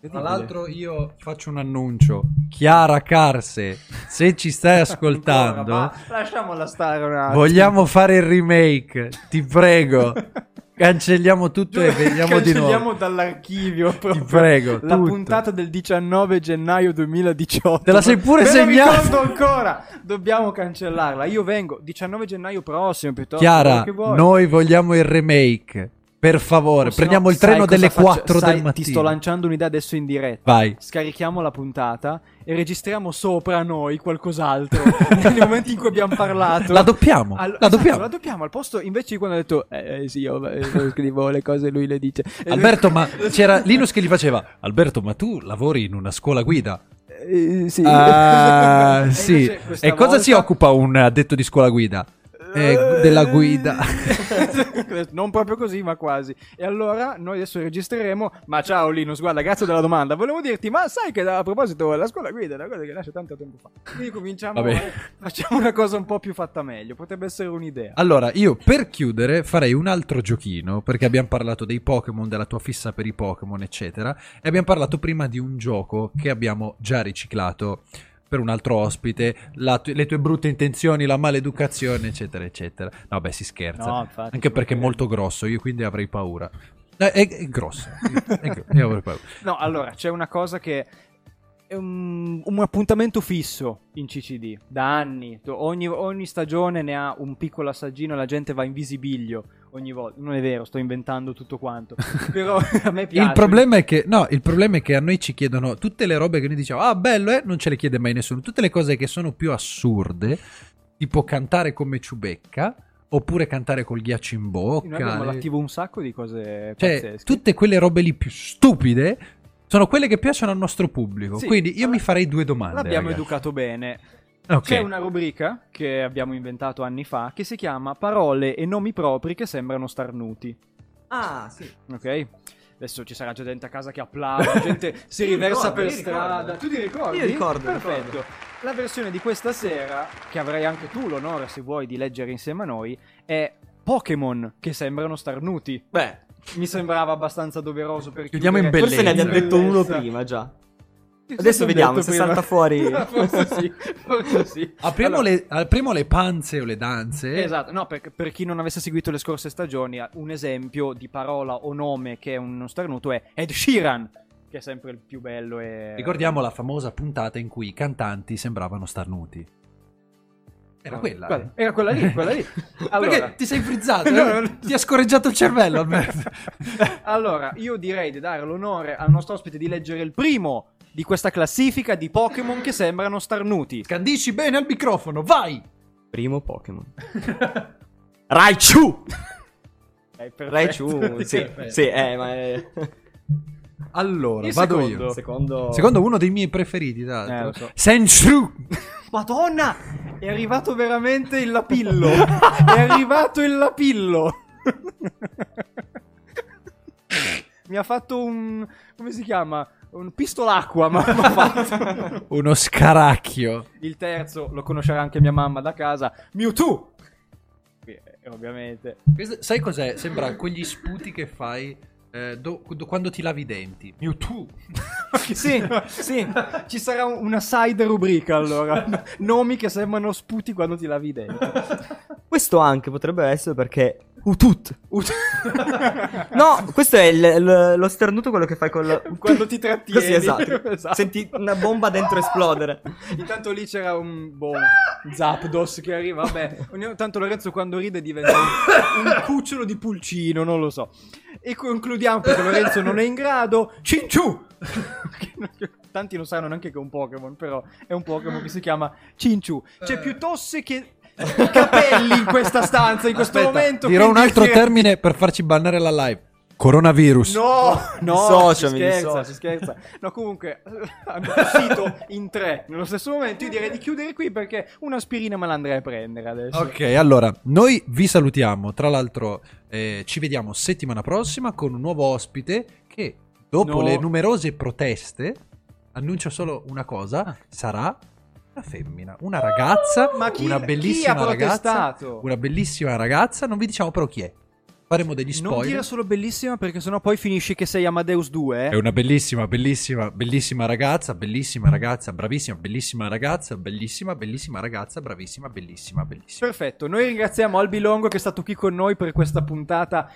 Speaker 3: Tra l'altro io faccio un annuncio. Chiara Carse, se ci stai ascoltando...
Speaker 2: Ancora, ma lasciamola stare un attimo.
Speaker 3: Vogliamo fare il remake, ti prego. Cancelliamo tutto e vediamo Cioè, di
Speaker 2: Cancelliamo
Speaker 3: nuovo.
Speaker 2: dall'archivio proprio
Speaker 3: prego,
Speaker 2: la
Speaker 3: tutto.
Speaker 2: puntata del 19 gennaio 2018.
Speaker 3: Te la sei pure
Speaker 2: Me la
Speaker 3: segnata.
Speaker 2: ricordo ancora. Dobbiamo cancellarla. Io vengo 19 gennaio prossimo piuttosto. quello
Speaker 3: Chiara,
Speaker 2: che vuoi.
Speaker 3: noi vogliamo il remake. Per favore,
Speaker 2: O se
Speaker 3: prendiamo
Speaker 2: no,
Speaker 3: il treno
Speaker 2: sai cosa
Speaker 3: delle
Speaker 2: faccio?
Speaker 3: 4
Speaker 2: Sai,
Speaker 3: del mattino.
Speaker 2: Ti sto lanciando un'idea adesso in diretta.
Speaker 3: Vai.
Speaker 2: Scarichiamo la puntata e registriamo sopra noi qualcos'altro. Nel momento in cui abbiamo parlato.
Speaker 3: La doppiamo.
Speaker 2: Al-
Speaker 3: la
Speaker 2: esatto,
Speaker 3: doppiamo.
Speaker 2: la doppiamo al posto invece di quando ha detto eh, eh, sì io eh, scrivo le cose lui le dice E-
Speaker 3: Alberto, ma c'era Linus che gli faceva Alberto, ma tu lavori in una scuola guida?
Speaker 2: Eh, sì.
Speaker 3: Ah,
Speaker 2: E
Speaker 3: sì.
Speaker 2: invece questa
Speaker 3: E cosa si
Speaker 2: volta-
Speaker 3: occupa un addetto di scuola guida? Eh, della guida.
Speaker 2: non proprio così, ma quasi. E allora noi adesso registreremo. Ma ciao Linus, guarda, grazie della domanda. Volevo dirti, ma sai che a proposito la scuola guida è una cosa che nasce tanto tempo fa. Quindi cominciamo,
Speaker 3: Vabbè.
Speaker 2: eh, facciamo una cosa un po' più fatta meglio. Potrebbe essere un'idea.
Speaker 3: Allora, io per chiudere farei un altro giochino, perché abbiamo parlato dei Pokémon, della tua fissa per i Pokémon, eccetera, e abbiamo parlato prima di un gioco che abbiamo già riciclato per un altro ospite, la tu- le tue brutte intenzioni, la maleducazione, eccetera, eccetera. No, beh, si scherza.
Speaker 2: infatti,
Speaker 3: Anche perché è molto grosso, io quindi avrei paura. Eh, È, è grosso, Io- è gro- io avrei paura.
Speaker 2: No, allora c'è una cosa che è un, un appuntamento fisso in CCD da anni. To- Ogni, ogni stagione ne ha un piccolo assaggino e la gente va in visibilio ogni volta. Non è vero, sto inventando tutto quanto. Però a me piace.
Speaker 3: Il problema, è che, no, il problema è che a noi ci chiedono tutte le robe che noi diciamo, ah bello, eh, non ce le chiede mai nessuno. Tutte le cose che sono più assurde, tipo cantare come Ciubecca, oppure cantare col ghiaccio in
Speaker 2: Noi abbiamo
Speaker 3: bocca. eh.
Speaker 2: all'attivo un sacco di cose
Speaker 3: Cioè,
Speaker 2: pazzesche.
Speaker 3: tutte quelle robe lì più stupide sono quelle che piacciono al nostro pubblico.
Speaker 2: Sì,
Speaker 3: Quindi io
Speaker 2: ma-
Speaker 3: mi farei due domande.
Speaker 2: L'abbiamo
Speaker 3: ragazzi.
Speaker 2: educato bene.
Speaker 3: Ok.
Speaker 2: C'è una rubrica che abbiamo inventato anni fa che si chiama Parole e nomi propri che sembrano starnuti.
Speaker 4: Ah, sì.
Speaker 2: Ok? Adesso ci sarà già gente a casa che applaude, gente si riversa
Speaker 4: ricordo,
Speaker 2: per
Speaker 4: io
Speaker 2: strada.
Speaker 4: ricordo.
Speaker 2: Tu ti ricordi?
Speaker 4: Io ricordo,
Speaker 2: Perfetto.
Speaker 4: ricordo.
Speaker 2: La versione di questa sera, che avrai anche tu l'onore, se vuoi, di leggere insieme a noi, è Pokémon che sembrano starnuti.
Speaker 4: Beh,
Speaker 2: Mi sembrava abbiazza doveroso per
Speaker 3: Chiudiamo in
Speaker 2: chiudere.
Speaker 4: forse ne abbiamo
Speaker 2: Bellezza.
Speaker 4: detto uno prima già.
Speaker 2: Sì, sì, l'abbiamo
Speaker 4: Adesso vediamo
Speaker 2: detto
Speaker 4: se
Speaker 2: prima.
Speaker 4: salta fuori.
Speaker 2: forse sì, forse sì.
Speaker 3: Apriamo,
Speaker 2: Allora,
Speaker 3: le, apriamo le panze o le danze.
Speaker 2: Esatto, no, per, per chi non avesse seguito le scorse stagioni, un esempio di parola o nome che è uno starnuto è Ed Sheeran, che è sempre il più bello e...
Speaker 3: Ricordiamo la famosa puntata in cui i cantanti sembravano starnuti. Era quella. eh?
Speaker 2: Era quella lì, quella lì. Allora,
Speaker 3: Perché ti sei frizzato? eh?
Speaker 2: No, no.
Speaker 3: Ti ha scorreggiato il cervello, Alberto.
Speaker 2: allora, io direi di dare l'onore al nostro ospite di leggere il primo di questa classifica di Pokémon che sembrano starnuti.
Speaker 3: Scandisci bene al microfono, vai!
Speaker 4: Primo Pokémon. Raichu! Raichu, sì.
Speaker 3: Perfetto.
Speaker 4: sì, eh, ma è...
Speaker 3: Allora,
Speaker 2: Il
Speaker 3: vado
Speaker 2: secondo.
Speaker 3: io.
Speaker 4: Secondo...
Speaker 3: Secondo uno dei miei preferiti, tra
Speaker 2: Eh, lo
Speaker 3: l'altro.
Speaker 2: so.
Speaker 3: Senshu!
Speaker 2: Madonna! È arrivato veramente il lapillo! È arrivato il lapillo! Mi ha fatto un... come si chiama? Un pistolacqua, ma mi ha fatto...
Speaker 3: Uno scaracchio.
Speaker 2: Il terzo, lo conoscerà anche mia mamma da casa, Mewtwo! Qui, eh, Ovviamente.
Speaker 3: Questo- sai cos'è? Sembra quegli sputi che fai eh, do- do- quando ti lavi i denti. Mewtwo.
Speaker 2: Sì, sì, ci sarà un- una side rubrica allora. Nomi che sembrano sputi quando ti lavi i denti.
Speaker 4: Questo anche potrebbe essere perché... Utut! No, questo è il- il- lo starnuto quello che fai col...
Speaker 2: Quando ti trattieni.
Speaker 4: Così, esatto.
Speaker 2: Esatto.
Speaker 4: Senti una bomba dentro esplodere.
Speaker 2: Intanto lì c'era un boh, Zapdos che arriva. Vabbè, ogni tanto Lorenzo quando ride diventa un, un cucciolo di pulcino, non lo so. E concludiamo perché Lorenzo non è in grado. Cinciu! Che non- che Tanti non sanno neanche che è un Pokémon, però è un Pokémon che si chiama Cinciu. C'è più tosse che capelli in questa stanza, in questo
Speaker 3: Aspetta,
Speaker 2: momento.
Speaker 3: Dirò un
Speaker 2: quindi
Speaker 3: altro
Speaker 2: si-
Speaker 3: termine per farci bannare la live. Coronavirus.
Speaker 2: No, no,
Speaker 4: Dissociami,
Speaker 2: si scherza,
Speaker 4: dissociami.
Speaker 2: si scherza. No, comunque, hanno tossito in tre nello stesso momento. Io direi di chiudere qui perché un'aspirina me la andrei a prendere adesso.
Speaker 3: Ok, allora, noi vi salutiamo. Tra l'altro, eh, ci vediamo settimana prossima con un nuovo ospite che, dopo
Speaker 2: No.
Speaker 3: le numerose proteste, annuncio solo una cosa, sarà una femmina, una ragazza,
Speaker 2: Ah. Ma chi-
Speaker 3: una
Speaker 2: chi
Speaker 3: bellissima
Speaker 2: ha
Speaker 3: ragazza,
Speaker 2: protestato?
Speaker 3: una bellissima ragazza, non vi diciamo però chi è. Faremo degli
Speaker 2: Non dire
Speaker 3: spoiler.
Speaker 2: solo bellissima perché sennò poi finisci che sei Amadeus 2.
Speaker 3: È
Speaker 2: Eh?
Speaker 3: una bellissima, bellissima, bellissima ragazza, bellissima ragazza, bravissima, bellissima ragazza, bellissima, bellissima ragazza, bravissima, bellissima, bellissima.
Speaker 2: Perfetto, noi ringraziamo Albilongo che è stato qui con noi per questa puntata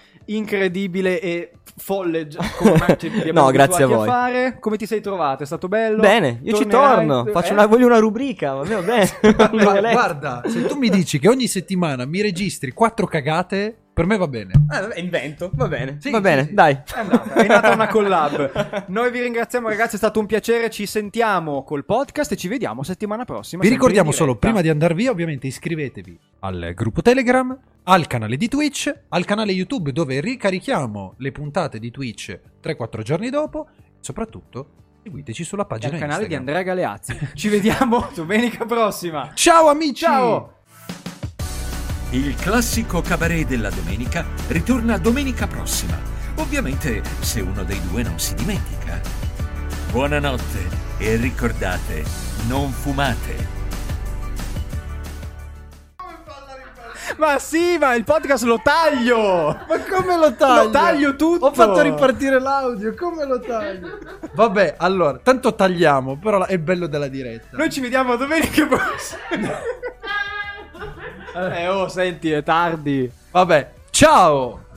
Speaker 2: incredibile e folle. gi- Come ormai ci- vi abbiamo
Speaker 4: No, grazie a
Speaker 2: abituati
Speaker 4: voi.
Speaker 2: fare. Come ti sei trovato? È stato bello?
Speaker 4: Bene, io ci
Speaker 2: Tornerai-
Speaker 4: torno. Faccio
Speaker 2: eh?
Speaker 4: una, voglio una rubrica, va bene, va bene. Non l'ho
Speaker 3: Ma
Speaker 4: letto.
Speaker 3: guarda, se tu mi dici che ogni settimana mi registri quattro cagate, per me va bene.
Speaker 4: Ah, vabbè, invento, va bene.
Speaker 3: Sì,
Speaker 4: va
Speaker 3: sì,
Speaker 4: bene,
Speaker 3: sì.
Speaker 4: dai.
Speaker 2: È andata, è nata una collab. Noi vi ringraziamo, ragazzi, è stato un piacere. Ci sentiamo col podcast e ci vediamo settimana prossima.
Speaker 3: Vi
Speaker 2: sempre
Speaker 3: ricordiamo
Speaker 2: in
Speaker 3: solo,
Speaker 2: diretta.
Speaker 3: prima di andar via, ovviamente iscrivetevi al gruppo Telegram, al canale di Twitch, al canale YouTube dove ricarichiamo le puntate di Twitch 3-4 giorni dopo. Soprattutto seguiteci sulla
Speaker 2: E al
Speaker 3: pagina
Speaker 2: canale di
Speaker 3: Instagram.
Speaker 2: Andrea Galeazzi. Ci vediamo domenica prossima.
Speaker 3: Ciao amici!
Speaker 2: Ciao!
Speaker 1: Il classico cabaret della domenica ritorna domenica prossima, ovviamente se uno dei due non si dimentica. Buonanotte e ricordate, non fumate.
Speaker 2: Ma sì, ma il podcast lo taglio!
Speaker 3: Ma come lo
Speaker 2: Lo taglio tutto!
Speaker 3: Ho fatto ripartire l'audio, come lo taglio? Vabbè, allora, tanto tagliamo, però è il bello della diretta.
Speaker 2: Noi ci vediamo domenica prossima. eh, oh, senti, è tardi.
Speaker 3: Vabbè, ciao!